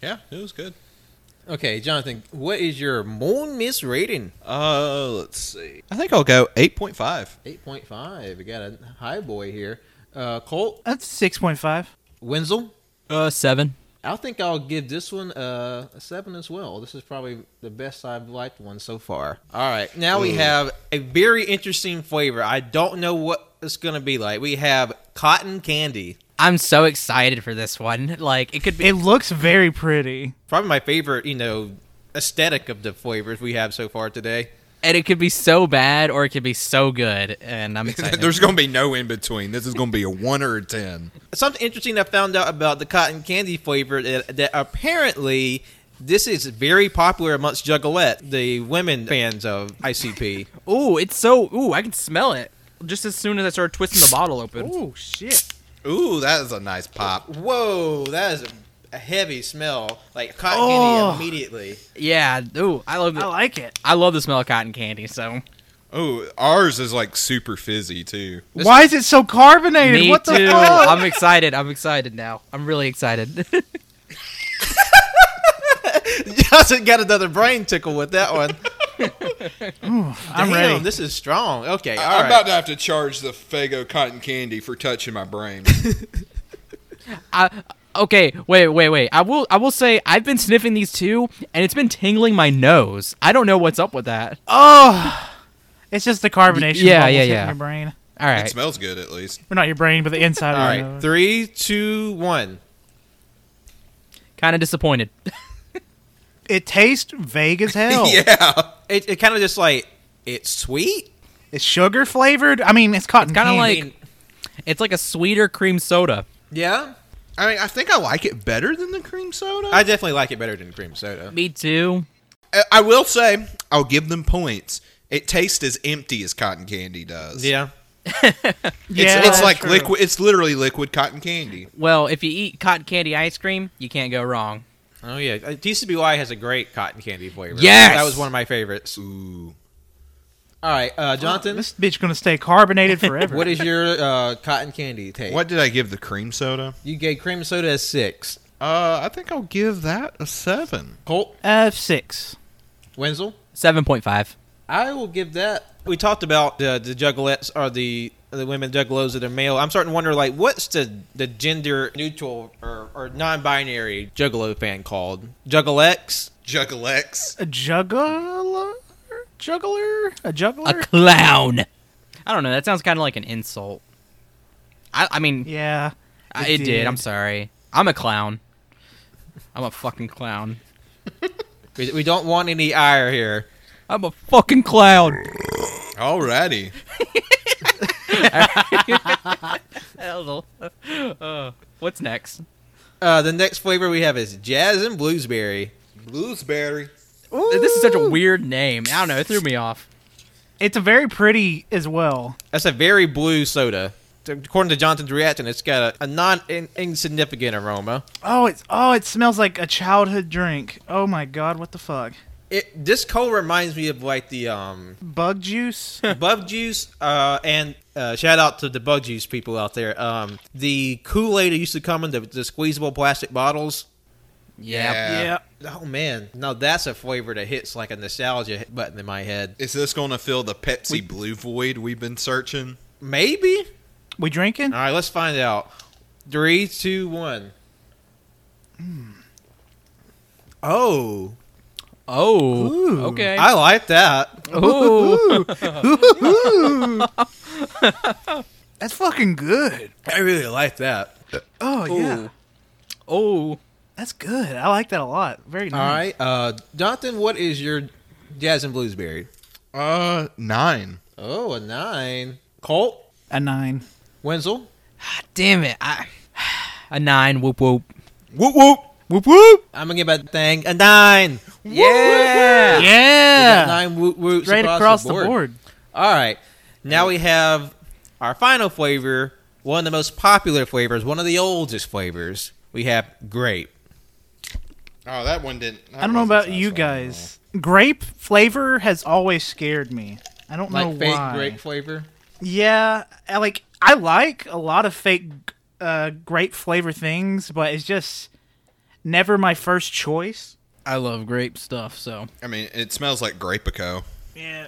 [SPEAKER 2] Yeah, it was good.
[SPEAKER 1] Okay, Jonathan, what is your Moon Miss rating?
[SPEAKER 2] Uh, let's see. I think I'll go eight point five.
[SPEAKER 1] 8.5. We got a high boy here. Uh, Colt
[SPEAKER 3] That's six point five.
[SPEAKER 1] Wenzel.
[SPEAKER 4] Uh, seven.
[SPEAKER 1] I think I'll give this one uh, a seven as well. This is probably the best I've liked one so far. All right, now we have a very interesting flavor. I don't know what it's gonna be like. We have cotton candy,
[SPEAKER 4] I'm so excited for this one. Like it could be.
[SPEAKER 3] It looks very pretty.
[SPEAKER 1] probably my favorite, you know, aesthetic of the flavors we have so far today.
[SPEAKER 4] and it could be so bad or it could be so good and i'm excited
[SPEAKER 2] There's gonna be no in between. This is gonna be a one or a ten.
[SPEAKER 1] Something interesting I found out about the cotton candy flavor that, that apparently this is very popular amongst Juggalette, the women fans of ICP.
[SPEAKER 4] ooh it's so ooh i can smell it just as soon as i start twisting the bottle open
[SPEAKER 3] Oh shit!
[SPEAKER 2] Ooh, that is a nice pop.
[SPEAKER 1] Whoa, that is a heavy smell. Like cotton
[SPEAKER 3] Oh.
[SPEAKER 1] candy immediately.
[SPEAKER 4] yeah ooh i love
[SPEAKER 3] I
[SPEAKER 4] the,
[SPEAKER 3] like it.
[SPEAKER 4] i love the smell of cotton candy so
[SPEAKER 2] Oh, ours is like super fizzy too.
[SPEAKER 3] Why is it so carbonated?
[SPEAKER 4] me
[SPEAKER 3] what the
[SPEAKER 4] too
[SPEAKER 3] fuck?
[SPEAKER 4] i'm excited i'm excited now i'm really excited
[SPEAKER 1] Justin got another brain tickle with that one.
[SPEAKER 3] I'm
[SPEAKER 1] Damn,
[SPEAKER 3] ready.
[SPEAKER 1] This is strong. Okay,
[SPEAKER 2] I-
[SPEAKER 1] all
[SPEAKER 2] I'm about
[SPEAKER 1] right.
[SPEAKER 2] to have to charge the Fago cotton candy for touching my brain.
[SPEAKER 4] I, okay wait wait wait i will i will say i've been sniffing these two and it's been tingling my nose i don't know what's up with that
[SPEAKER 3] oh, it's just the carbonation.
[SPEAKER 4] yeah,
[SPEAKER 3] bubbles
[SPEAKER 4] yeah,
[SPEAKER 3] hitting
[SPEAKER 4] yeah.
[SPEAKER 3] Your brain.
[SPEAKER 4] all right
[SPEAKER 2] It smells good at least.
[SPEAKER 3] Well, not your brain, but the inside.
[SPEAKER 1] All
[SPEAKER 3] of your
[SPEAKER 1] right,
[SPEAKER 3] nose.
[SPEAKER 1] three, two, one.
[SPEAKER 4] kind of disappointed
[SPEAKER 3] It tastes vague as
[SPEAKER 1] Oh.
[SPEAKER 3] hell.
[SPEAKER 2] Yeah.
[SPEAKER 1] It, it kind of just like it's sweet.
[SPEAKER 3] It's sugar flavored. I mean, it's cotton
[SPEAKER 4] kinda
[SPEAKER 3] candy.
[SPEAKER 4] like- it's like a sweeter cream soda
[SPEAKER 1] Yeah,
[SPEAKER 2] I mean, I think I like it better than the cream soda.
[SPEAKER 1] I definitely like it better than cream soda.
[SPEAKER 4] me too
[SPEAKER 2] I, I will say, I'll give them points. It tastes as empty as cotton candy does.
[SPEAKER 1] Yeah,
[SPEAKER 3] Yeah,
[SPEAKER 2] it's, it's
[SPEAKER 3] that's
[SPEAKER 2] like
[SPEAKER 3] true.
[SPEAKER 2] liquid. It's literally liquid cotton candy.
[SPEAKER 4] Well, if you eat cotton candy ice cream, you can't go wrong.
[SPEAKER 1] oh yeah. Uh, TCBY has a great cotton candy flavor.
[SPEAKER 4] Yes!
[SPEAKER 1] that was one of my favorites.
[SPEAKER 2] Ooh.
[SPEAKER 1] All right, uh, Jonathan,
[SPEAKER 3] This bitch gonna stay carbonated forever.
[SPEAKER 1] what is your uh, cotton candy take?
[SPEAKER 2] What did I give the cream soda?
[SPEAKER 1] you gave cream soda a six.
[SPEAKER 2] Uh, I think I'll give that a seven.
[SPEAKER 1] Colt
[SPEAKER 3] F Uh, six?
[SPEAKER 1] Wenzel.
[SPEAKER 4] 7.5.
[SPEAKER 1] I will give that. We talked about the the juggalettes are the the women juggalos of the male. I'm starting to wonder like what's the the gender neutral or, or non-binary juggalo fan called? Juggalettes?
[SPEAKER 2] Juggalex.
[SPEAKER 3] A juggler? Juggler? A
[SPEAKER 4] A
[SPEAKER 3] juggler?
[SPEAKER 4] clown. I don't know. That sounds kind of like an insult. I, I mean,
[SPEAKER 3] yeah.
[SPEAKER 4] I, it did. I'm sorry. I'm a clown. I'm a fucking clown.
[SPEAKER 1] We, we don't want any ire here.
[SPEAKER 4] I'm a fucking clown.
[SPEAKER 2] Alrighty.
[SPEAKER 4] uh, what's next?
[SPEAKER 1] Uh, the next flavor we have is jazz and bluesberry.
[SPEAKER 2] Blueberry.
[SPEAKER 4] This is such a weird name. I don't know. It threw me off.
[SPEAKER 3] It's a very pretty as well.
[SPEAKER 1] That's a very blue soda. According to Jonathan's reaction, it's got a, a non in, insignificant aroma.
[SPEAKER 3] Oh, it's oh, it smells like a childhood drink. Oh my god, what the fuck?
[SPEAKER 1] It this color reminds me of like the um
[SPEAKER 3] Bug juice?
[SPEAKER 1] Bug Juice, uh, and uh, shout out to the Bug Juice people out there. Um, the Kool Aid used to come in the, the squeezable plastic bottles.
[SPEAKER 4] Yeah.
[SPEAKER 2] Yeah.
[SPEAKER 3] yeah.
[SPEAKER 1] Oh man, now that's a flavor that hits like a nostalgia button in my head.
[SPEAKER 2] Is this going to fill the Pepsi Blue Void we've been searching?
[SPEAKER 1] Maybe.
[SPEAKER 3] We drinking?
[SPEAKER 1] All right, let's find out. Three, two, one. Oh,
[SPEAKER 4] Oh.
[SPEAKER 3] Ooh.
[SPEAKER 4] Okay. Oh.
[SPEAKER 1] I like that.
[SPEAKER 4] Ooh.
[SPEAKER 3] That's fucking good.
[SPEAKER 1] I really like that.
[SPEAKER 3] Oh yeah.
[SPEAKER 4] Ooh. Oh.
[SPEAKER 3] That's good. I like that a lot. Very
[SPEAKER 1] All
[SPEAKER 3] nice.
[SPEAKER 1] right, uh, Jonathan, what is your jazz and bluesberry?
[SPEAKER 2] Uh, nine.
[SPEAKER 1] Oh, a nine. Colt.
[SPEAKER 3] A nine.
[SPEAKER 1] Wenzel.
[SPEAKER 4] Damn it. I, a nine. Whoop whoop.
[SPEAKER 2] Whoop whoop.
[SPEAKER 3] Whoop whoop.
[SPEAKER 1] I'm gonna give that thing a nine.
[SPEAKER 4] Yeah.
[SPEAKER 1] We got
[SPEAKER 3] Yeah.
[SPEAKER 1] Nine woot woots
[SPEAKER 3] Right across, the board.
[SPEAKER 1] All right. Now we have our final flavor, one of the most popular flavors, one of the oldest flavors. We have grape.
[SPEAKER 2] Oh, that one didn't. that
[SPEAKER 3] I don't know
[SPEAKER 2] wasn't
[SPEAKER 3] about
[SPEAKER 2] satisfying
[SPEAKER 3] you
[SPEAKER 2] at all.
[SPEAKER 3] guys. Grape flavor has always scared me. I don't know
[SPEAKER 1] Like fake
[SPEAKER 3] Oh, why.
[SPEAKER 1] grape flavor.
[SPEAKER 3] Yeah, I like I like a lot of fake uh, grape flavor things, but it's just never my first choice.
[SPEAKER 4] I love grape stuff. So.
[SPEAKER 2] I mean, it smells like Grapico.
[SPEAKER 3] Yeah.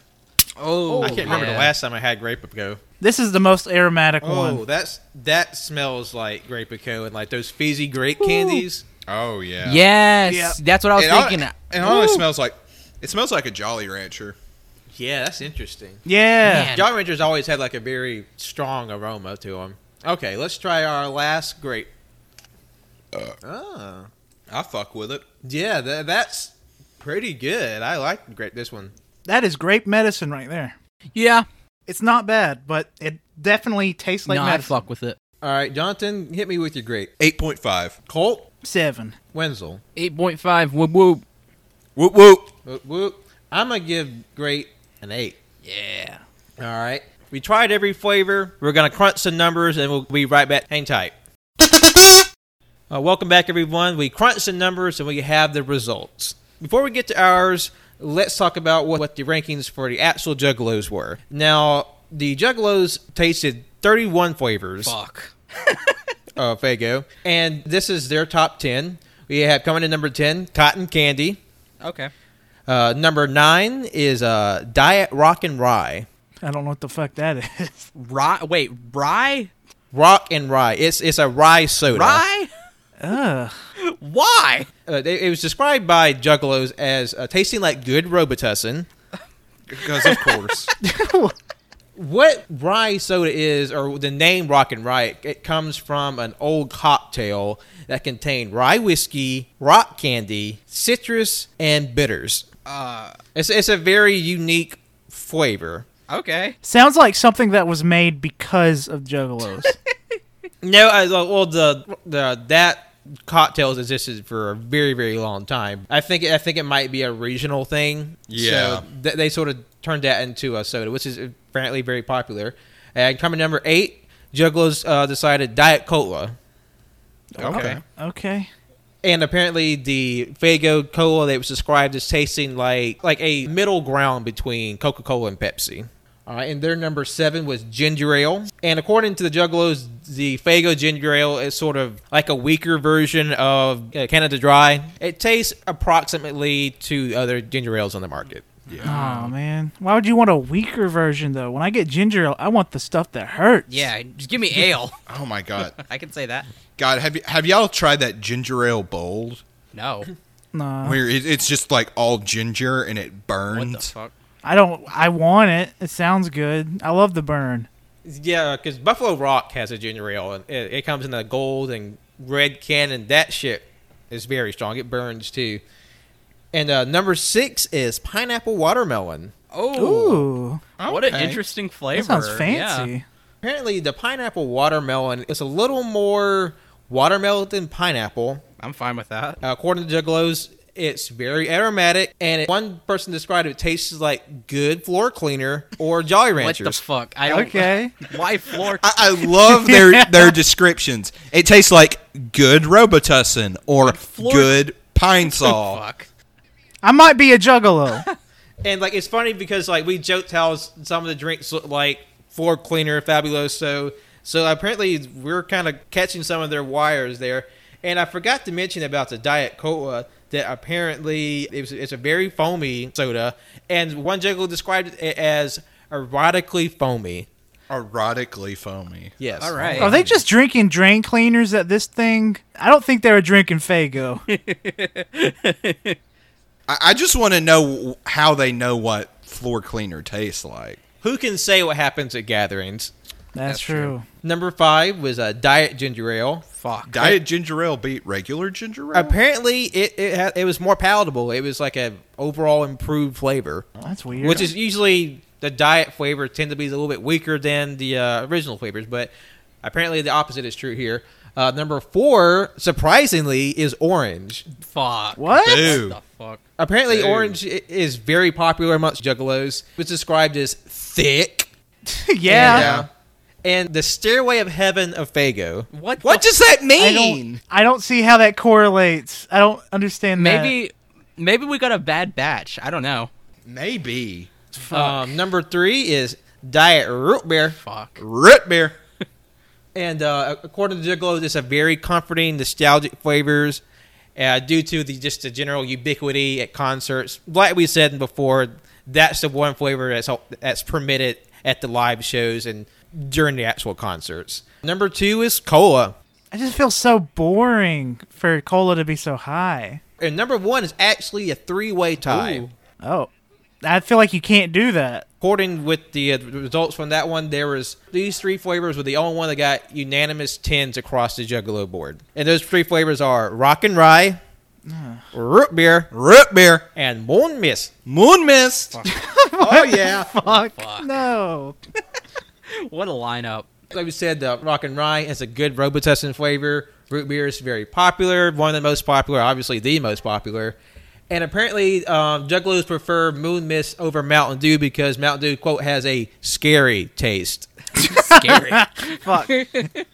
[SPEAKER 4] Oh.
[SPEAKER 1] I can't remember the last time I had grape go.
[SPEAKER 3] This is the most aromatic
[SPEAKER 1] Oh,
[SPEAKER 3] one.
[SPEAKER 1] that's that smells like grape go and like those fizzy grape candies.
[SPEAKER 2] Oh yeah.
[SPEAKER 4] Yes.
[SPEAKER 3] Yeah.
[SPEAKER 4] That's what I was
[SPEAKER 2] It,
[SPEAKER 4] thinking.
[SPEAKER 2] al- it always
[SPEAKER 4] Woo.
[SPEAKER 2] smells like. It smells like a Jolly Rancher.
[SPEAKER 1] Yeah, that's interesting.
[SPEAKER 3] Yeah.
[SPEAKER 4] Man.
[SPEAKER 1] Jolly Ranchers always had like a very strong aroma to them. Okay, let's try our last grape.
[SPEAKER 2] Uh.
[SPEAKER 1] Ah.
[SPEAKER 2] I fuck with it.
[SPEAKER 1] Yeah, tha that's pretty good. I like grape this one.
[SPEAKER 3] That is grape medicine right there.
[SPEAKER 4] Yeah.
[SPEAKER 3] It's not bad, but it definitely tastes like
[SPEAKER 4] no, I'd
[SPEAKER 3] medicine.
[SPEAKER 4] fuck with it.
[SPEAKER 1] All right, Jonathan, hit me with your grape.
[SPEAKER 2] Eight point five.
[SPEAKER 1] Colt
[SPEAKER 3] Seven.
[SPEAKER 1] Wenzel.
[SPEAKER 4] Eight point five. Whoop whoop.
[SPEAKER 2] Whoop whoop.
[SPEAKER 1] Whoop, whoop. I'm gonna give grape an eight.
[SPEAKER 4] Yeah.
[SPEAKER 1] All right. We tried every flavor. We're going to crunch some numbers and we'll be right back. Hang tight. Uh, welcome back, everyone. We crunched the numbers and we have the results. Before we get to ours, let's talk about what, what the rankings for the actual Juggalos were. Now, the Juggalos tasted 31 flavors
[SPEAKER 4] Fuck.
[SPEAKER 1] of Fago, and this is their top 10. We have coming in number 10, Cotton Candy.
[SPEAKER 4] Okay.
[SPEAKER 1] Uh, number 9 is uh, Diet Rock and Rye.
[SPEAKER 3] I don't know what the fuck that is.
[SPEAKER 4] Rye. Wait. Rye.
[SPEAKER 1] Rock and rye. It's it's a rye soda.
[SPEAKER 4] Rye.
[SPEAKER 3] Ugh.
[SPEAKER 4] Why?
[SPEAKER 1] Uh, they, it was described by Juggalos as uh, tasting like good Robitussin.
[SPEAKER 2] Because of course.
[SPEAKER 1] What rye soda is, or the name Rock and Rye, it, it comes from an old cocktail that contained rye whiskey, rock candy, citrus, and bitters.
[SPEAKER 4] Uh.
[SPEAKER 1] It's it's a very unique flavor.
[SPEAKER 4] Okay.
[SPEAKER 3] Sounds like something that was made because of Juggalos.
[SPEAKER 1] No, I, well, the the that cocktails existed for a very very long time. I think I think it might be a regional thing.
[SPEAKER 2] Yeah.
[SPEAKER 1] so th- they sort of turned that into a soda, which is apparently very popular. And coming number eight, Juggalos uh, decided Diet Cola,
[SPEAKER 2] okay.
[SPEAKER 3] okay.
[SPEAKER 1] and apparently the Fago Cola that was described as tasting like like a middle ground between Coca Cola and Pepsi. All right, and their number seven was ginger ale. And according to the Juggalos, the Fago ginger ale is sort of like a weaker version of uh, Canada Dry. It tastes approximately to other ginger ales on the market.
[SPEAKER 3] Oh man, why would you want a weaker version though? When I get ginger ale, I want the stuff that hurts.
[SPEAKER 4] Yeah. Just give me ale.
[SPEAKER 2] Oh my god.
[SPEAKER 4] I can say that.
[SPEAKER 2] God, have you have y'all tried that ginger ale bold?
[SPEAKER 4] No.
[SPEAKER 3] no,
[SPEAKER 2] Where it, it's just like all ginger and it
[SPEAKER 4] What the
[SPEAKER 2] burns.
[SPEAKER 4] fuck?
[SPEAKER 3] I don't. I want it. It sounds good. I love the burn.
[SPEAKER 1] Yeah, because Buffalo Rock has a ginger ale, and it, it comes in a gold and red can, and that shit is very strong. It burns too. And uh, number six is pineapple watermelon.
[SPEAKER 4] Oh.
[SPEAKER 3] Ooh,
[SPEAKER 4] What an
[SPEAKER 2] Okay.
[SPEAKER 4] interesting flavor.
[SPEAKER 3] that sounds
[SPEAKER 4] Yeah.
[SPEAKER 3] fancy.
[SPEAKER 1] Apparently, the pineapple watermelon is a little more watermelon than pineapple.
[SPEAKER 4] I'm fine with that.
[SPEAKER 1] Uh, according to Juggalos, it's very aromatic, and it, one person described it tastes like good floor cleaner or Jolly
[SPEAKER 4] What
[SPEAKER 1] Ranchers.
[SPEAKER 4] the fuck? I don't.
[SPEAKER 3] Okay.
[SPEAKER 4] Why floor?
[SPEAKER 2] I, I love their their descriptions. It tastes like good Robitussin or
[SPEAKER 4] Flor-
[SPEAKER 2] good Pine Sol.
[SPEAKER 4] fuck.
[SPEAKER 3] I might be a juggalo.
[SPEAKER 1] And like it's funny because like we joked how s- some of the drinks look like floor cleaner, fabuloso. So apparently we're kind of catching some of their wires there. And I forgot to mention about the diet cola that apparently it was, it's a very foamy soda, and one juggler described it as erotically foamy.
[SPEAKER 2] Erotically foamy.
[SPEAKER 1] Yes.
[SPEAKER 4] All right. Oh,
[SPEAKER 3] Are they just drinking drain cleaners at this thing? I don't think they were drinking Fago.
[SPEAKER 2] I, I just want to know how they know what floor cleaner tastes like.
[SPEAKER 1] Who can say what happens at gatherings?
[SPEAKER 3] That's true.
[SPEAKER 1] Number five was a diet ginger ale.
[SPEAKER 4] fuck?
[SPEAKER 2] Diet ginger ale beat regular ginger ale.
[SPEAKER 1] Apparently, it it, ha- it was more palatable. It was like a overall improved flavor.
[SPEAKER 3] That's weird.
[SPEAKER 1] which is usually the diet flavors tend to be a little bit weaker than the uh, original flavors, but apparently the opposite is true here. Uh, number four, surprisingly, is orange.
[SPEAKER 4] Fuck.
[SPEAKER 3] What?
[SPEAKER 2] Boo.
[SPEAKER 4] the fuck?
[SPEAKER 1] Apparently,
[SPEAKER 2] Dude.
[SPEAKER 1] orange i- is very popular amongst juggalos. It's described as thick. uh,
[SPEAKER 3] yeah.
[SPEAKER 1] And the stairway of heaven of Fago.
[SPEAKER 4] What
[SPEAKER 1] What
[SPEAKER 4] the-
[SPEAKER 1] does that
[SPEAKER 3] I
[SPEAKER 1] mean?
[SPEAKER 3] don't, I don't see how that correlates. I don't understand that.
[SPEAKER 4] Maybe, maybe we got a bad batch. I don't know.
[SPEAKER 2] Maybe.
[SPEAKER 1] Um, number three is diet root beer.
[SPEAKER 4] Fuck.
[SPEAKER 2] Root beer.
[SPEAKER 1] And uh, according to Juggalos, it's a very comforting, nostalgic flavors uh, due to the just the general ubiquity at concerts. Like we said before, that's the one flavor that's that's permitted at the live shows and during the actual concerts. Number two is cola,
[SPEAKER 3] I just feel so boring for cola to be so high.
[SPEAKER 1] and number one is actually a three-way tie.
[SPEAKER 4] Ooh.
[SPEAKER 3] Oh, I feel like you can't do that.
[SPEAKER 1] According with the uh, results from that one, there was these three flavors were the only one that got unanimous tens across the Juggalo board, and those three flavors are rock and rye, root beer,
[SPEAKER 2] Root beer.
[SPEAKER 1] and Moon Mist.
[SPEAKER 2] Moon mist. oh yeah.
[SPEAKER 3] Fuck, no.
[SPEAKER 4] What a lineup.
[SPEAKER 1] Like we said, the Rock and Rye has a good Robitussin flavor. Root beer is very popular, one of the most popular, obviously the most popular. And apparently, um, Juggalos prefer Moon Mist over Mountain Dew because Mountain Dew, quote, has a scary taste.
[SPEAKER 4] Scary.
[SPEAKER 3] Fuck.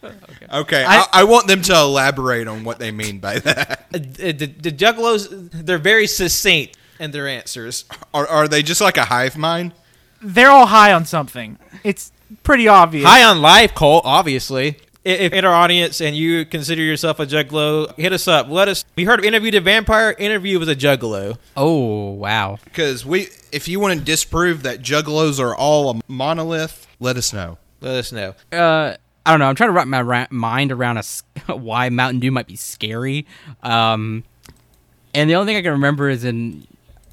[SPEAKER 2] Okay. I,
[SPEAKER 3] I-
[SPEAKER 2] I, want them to elaborate on what they mean by that.
[SPEAKER 1] Uh, The, the, the Juggalos, they're very succinct in their answers.
[SPEAKER 2] Are, are they just like a hive mind?
[SPEAKER 3] They're all high on something. It's pretty obvious.
[SPEAKER 1] High on life, Cole, obviously. I- If in our audience and you consider yourself a juggalo, hit us up. Let us. We heard of interview the vampire. Interview with a juggalo.
[SPEAKER 4] oh wow.
[SPEAKER 2] Because we, if you want to disprove that juggalos are all a monolith, let us know.
[SPEAKER 1] Let us know.
[SPEAKER 4] Uh, I don't know. I'm trying to wrap my ra- mind around a s- why Mountain Dew might be scary. Um, and the only thing I can remember is in.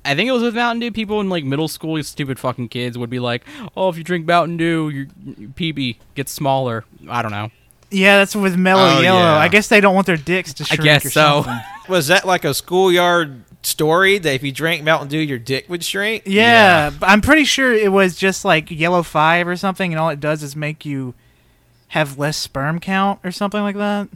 [SPEAKER 4] I think it was with Mountain Dew. People in like middle school, you stupid fucking kids, would be like, "Oh, if you drink Mountain Dew, your, your PB gets smaller." I don't know.
[SPEAKER 3] Yeah, that's with mellow
[SPEAKER 2] Oh,
[SPEAKER 3] yellow.
[SPEAKER 2] yeah.
[SPEAKER 3] I guess they don't want their dicks to
[SPEAKER 4] I
[SPEAKER 3] shrink.
[SPEAKER 4] guess
[SPEAKER 3] or
[SPEAKER 4] so.
[SPEAKER 3] something.
[SPEAKER 1] Was that like a schoolyard story that if you drank Mountain Dew, your dick would shrink?
[SPEAKER 3] Yeah, but I'm pretty sure it was just like yellow five or something, and all it does is make you have less sperm count or something like that.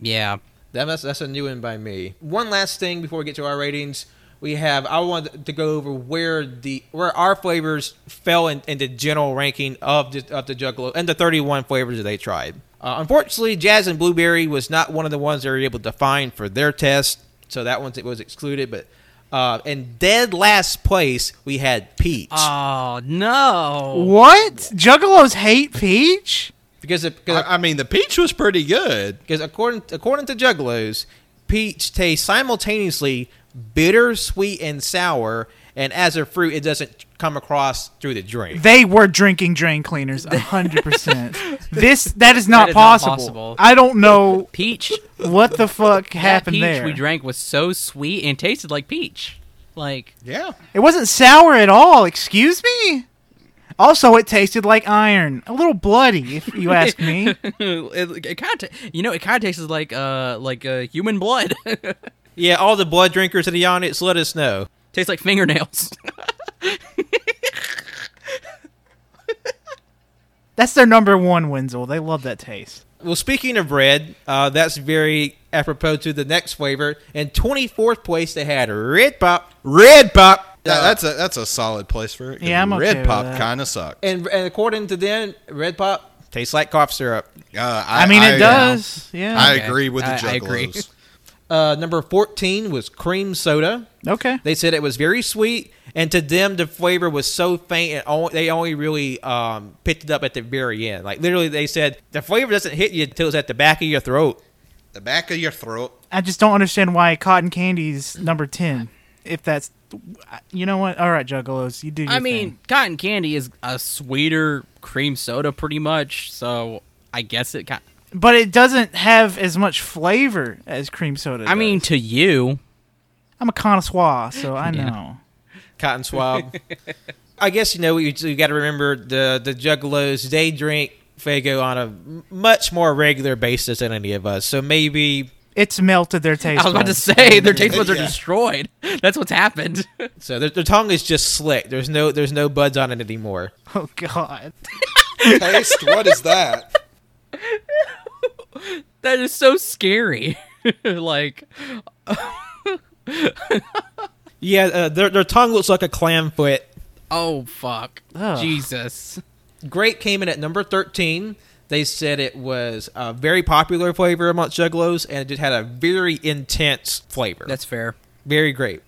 [SPEAKER 4] yeah.
[SPEAKER 1] That must, that's a new one by me. One last thing before we get to our ratings. We have, I wanted to go over where the where our flavors fell in, in the general ranking of the, of the Juggalo and the 31 flavors that they tried. Uh, unfortunately, Jazz and Blueberry was not one of the ones they were able to find for their test, so that one was excluded. But uh, in dead last place, we had Peach.
[SPEAKER 2] Uh,
[SPEAKER 4] Oh no.
[SPEAKER 3] What? Juggalos hate peach?
[SPEAKER 1] because it, because
[SPEAKER 2] I, I mean, the peach was pretty good.
[SPEAKER 1] Because according according to Juggalos, peach tastes simultaneously bitter, sweet, and sour. And as a fruit, it doesn't come across through the drink.
[SPEAKER 3] They were drinking drain cleaners, hundred percent. This that is not
[SPEAKER 4] That is not
[SPEAKER 3] possible.
[SPEAKER 4] possible.
[SPEAKER 3] I don't know
[SPEAKER 4] Peach.
[SPEAKER 3] what the fuck
[SPEAKER 4] that
[SPEAKER 3] happened
[SPEAKER 4] peach
[SPEAKER 3] there.
[SPEAKER 4] we drank was so sweet and tasted like peach. Like
[SPEAKER 2] Yeah.
[SPEAKER 3] it wasn't sour at all. Excuse me. Also, it tasted like iron, a little bloody, if you ask me.
[SPEAKER 4] it, it kind of, you know, it kind of tastes like uh, like uh, human blood.
[SPEAKER 1] Yeah, all the blood drinkers of the audience, let us know.
[SPEAKER 4] tastes like fingernails.
[SPEAKER 3] That's their number one, Wenzel. They love that taste.
[SPEAKER 1] Well, speaking of red, uh, that's very apropos to the next flavor. In 24th place, they had Red Pop. Uh,
[SPEAKER 2] Red pop. That- that's a that's a solid place for it. 'cause
[SPEAKER 3] Yeah, I'm okay
[SPEAKER 2] red
[SPEAKER 3] with
[SPEAKER 2] pop
[SPEAKER 3] that.
[SPEAKER 2] kind of sucks.
[SPEAKER 1] And, and according to them, Red Pop tastes like cough syrup.
[SPEAKER 2] Uh, I,
[SPEAKER 3] I, mean, it
[SPEAKER 2] I-
[SPEAKER 3] does. Yeah.
[SPEAKER 2] I
[SPEAKER 4] Okay.
[SPEAKER 2] agree with the
[SPEAKER 4] I- I
[SPEAKER 2] juggalos.
[SPEAKER 4] agree.
[SPEAKER 1] Uh, number 14 was Cream Soda.
[SPEAKER 3] okay.
[SPEAKER 1] They said it was very sweet, and to them, the flavor was so faint, and only, they only really um, picked it up at the very end. Like literally, they said the flavor doesn't hit you until it's at the back of your throat.
[SPEAKER 2] The back of your throat.
[SPEAKER 3] I just don't understand why cotton candy's number ten. If that's, you know what? All right, Juggalos, you do. Your
[SPEAKER 4] I mean, cotton candy is a sweeter cream soda, pretty much. So I guess it. ki-
[SPEAKER 3] thing. but it doesn't have as much flavor as cream soda.
[SPEAKER 4] I mean,
[SPEAKER 3] does.
[SPEAKER 4] to you,
[SPEAKER 3] I'm a connoisseur, so I know.
[SPEAKER 1] Cotton swab. I guess you know you, you got to remember the the juggalos. They drink Fago on a much more regular basis than any of us, so maybe
[SPEAKER 3] It's melted their taste.
[SPEAKER 4] I was about to
[SPEAKER 3] buds.
[SPEAKER 4] say their taste buds are
[SPEAKER 2] Yeah.
[SPEAKER 4] destroyed. That's what's happened.
[SPEAKER 1] So their, their tongue is just slick. There's no there's no buds on it anymore.
[SPEAKER 3] Oh God.
[SPEAKER 2] Taste? What is that?
[SPEAKER 4] That is so scary. like
[SPEAKER 1] Yeah, uh, their their tongue looks like a clam foot.
[SPEAKER 4] oh fuck.
[SPEAKER 3] Ugh.
[SPEAKER 4] Jesus.
[SPEAKER 1] Grape came in at number thirteen. They said it was a very popular flavor amongst juggalos, and it just had a very intense flavor.
[SPEAKER 4] That's fair.
[SPEAKER 1] very grape.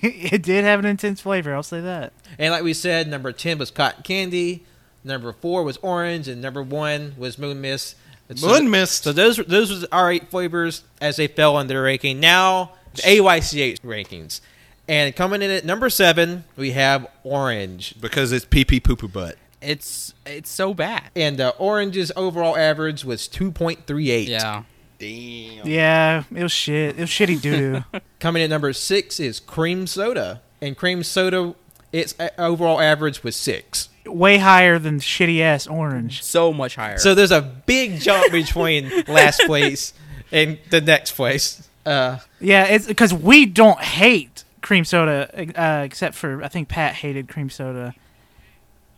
[SPEAKER 3] it did have an intense flavor. I'll say that.
[SPEAKER 1] And like we said, number 10 was cotton candy, number 4 was orange, and number 1 was moon mist. And so-
[SPEAKER 2] Moon mist.
[SPEAKER 1] So those those was our eight flavors as they fell in their ranking. Now, the AYCH rankings. And coming in at number 7, we have orange.
[SPEAKER 2] Because it's pee pee poo poo butt.
[SPEAKER 4] It's it's so bad.
[SPEAKER 1] And uh, orange's overall average was 2.38.
[SPEAKER 4] Yeah.
[SPEAKER 2] Damn.
[SPEAKER 3] Yeah, it was shit. It was shitty doo doo.
[SPEAKER 1] Coming in at number 6 is cream soda. And cream soda, its a- overall average was 6.
[SPEAKER 3] Way higher than shitty ass orange.
[SPEAKER 4] So much higher.
[SPEAKER 1] So there's a big jump between last place and the next place. Uh,
[SPEAKER 3] Yeah, it's because we don't hate cream soda, uh, except for I think Pat hated cream soda.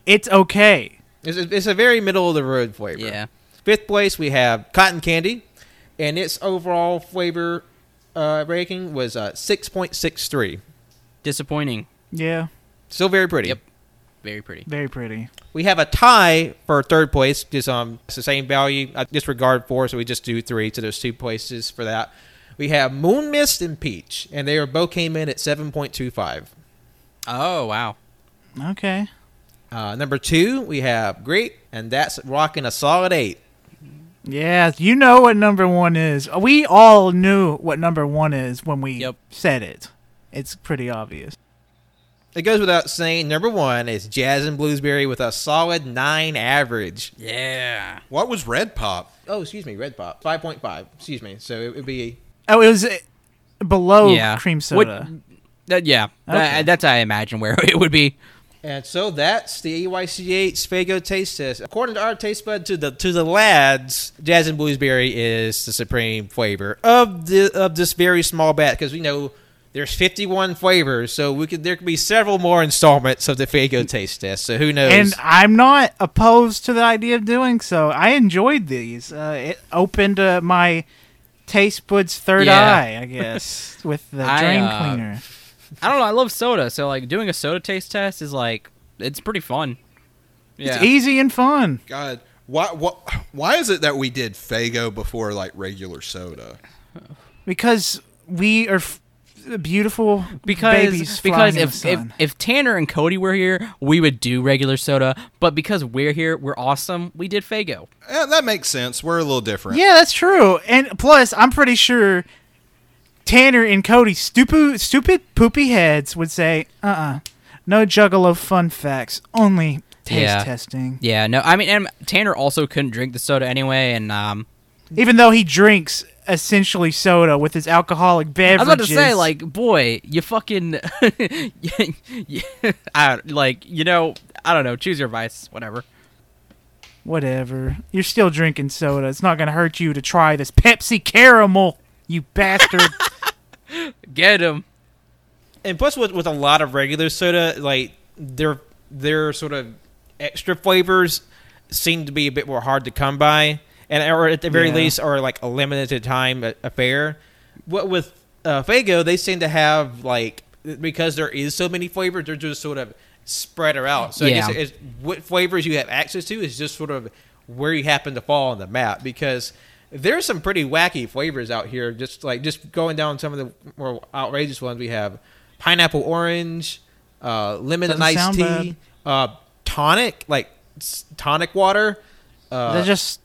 [SPEAKER 3] It's okay.
[SPEAKER 1] it's, it's a very middle of the road flavor.
[SPEAKER 4] yeah.
[SPEAKER 1] Fifth place we have cotton candy, and its overall flavor uh, ranking was uh, six point six three.
[SPEAKER 4] Disappointing.
[SPEAKER 3] Yeah,
[SPEAKER 1] Still very pretty.
[SPEAKER 4] Yep. Very pretty.
[SPEAKER 3] very pretty.
[SPEAKER 1] We have a tie for third place because um, it's the same value. I disregard four, so we just do three. So there's two places for that. We have Moon Mist and Peach, and they are both came in at seven point two five.
[SPEAKER 4] Oh wow.
[SPEAKER 3] Okay.
[SPEAKER 1] Uh, number two, we have Great, and that's rocking a solid eight.
[SPEAKER 3] Yeah, you know what number one is. We all knew what number one is when we
[SPEAKER 4] Yep.
[SPEAKER 3] said it. It's pretty obvious.
[SPEAKER 1] It goes without saying, number one is Jazz and Bluesberry with a solid nine average.
[SPEAKER 4] Yeah.
[SPEAKER 2] What was Red Pop?
[SPEAKER 1] Oh, excuse me, Red Pop, 5.5. Excuse me. So it would be.
[SPEAKER 3] Oh, it was uh, below
[SPEAKER 4] yeah.
[SPEAKER 3] Oh, cream
[SPEAKER 4] What-
[SPEAKER 3] soda.
[SPEAKER 4] that- yeah. That-
[SPEAKER 3] Okay.
[SPEAKER 4] that's I imagine where it would be.
[SPEAKER 1] And so that's the EYCH Fago taste test. According to our taste bud, to the to the lads, Jazz and Bluesberry is the supreme flavor of the of this very small batch because we know there's 51 flavors, so we could there could be several more installments of the Fago taste test. So who knows?
[SPEAKER 3] and I'm not opposed to the idea of doing so. I enjoyed these. Uh, it opened uh, my taste buds third
[SPEAKER 4] Yeah.
[SPEAKER 3] eye, I guess, with the
[SPEAKER 4] I,
[SPEAKER 3] drain
[SPEAKER 4] uh,
[SPEAKER 3] cleaner.
[SPEAKER 4] I don't know. I love soda, so like doing a soda taste test is like it's pretty fun. Yeah.
[SPEAKER 3] It's easy and fun.
[SPEAKER 2] God. Why, why, why is it that we did Fago before like regular soda?
[SPEAKER 3] because we are f- beautiful
[SPEAKER 4] because
[SPEAKER 3] babies
[SPEAKER 4] because
[SPEAKER 3] flying in
[SPEAKER 4] if,
[SPEAKER 3] the
[SPEAKER 4] if
[SPEAKER 3] sun.
[SPEAKER 4] if Tanner and Cody were here, we would do regular soda. But because we're here, we're awesome. We did Fago.
[SPEAKER 2] Eh, that makes sense. We're a little different.
[SPEAKER 3] yeah, that's true. And plus, I'm pretty sure Tanner and Cody, stupid, stupid, poopy heads, would say, "Uh, uh no juggalo fun facts, only taste
[SPEAKER 4] Yeah.
[SPEAKER 3] testing."
[SPEAKER 4] Yeah, no, I mean, and Tanner also couldn't drink the soda anyway, and um,
[SPEAKER 3] Even though he drinks essentially soda with his alcoholic
[SPEAKER 4] I was
[SPEAKER 3] beverages.
[SPEAKER 4] about to say, like, boy, you fucking, you- you- I, like, you know, I don't know, choose your vice, whatever.
[SPEAKER 3] whatever. You're still drinking soda. It's not gonna hurt you to try this Pepsi caramel, you bastard.
[SPEAKER 4] Get him.
[SPEAKER 1] and plus with with a lot of regular soda, like their their sort of extra flavors seem to be a bit more hard to come by, and or at the very
[SPEAKER 3] Yeah.
[SPEAKER 1] least are like a limited time a- affair. What with uh, Fago, they seem to have like because there is so many flavors, they're just sort of spread out. So I
[SPEAKER 4] Yeah.
[SPEAKER 1] guess it's, what flavors you have access to is just sort of where you happen to fall on the map because there's some pretty wacky flavors out here. Just like just going down some of the more outrageous ones we have: pineapple orange, uh, lemon and
[SPEAKER 3] Doesn't
[SPEAKER 1] iced
[SPEAKER 3] sound
[SPEAKER 1] tea, uh, tonic like s- tonic water.
[SPEAKER 3] They're
[SPEAKER 1] Uh,
[SPEAKER 3] just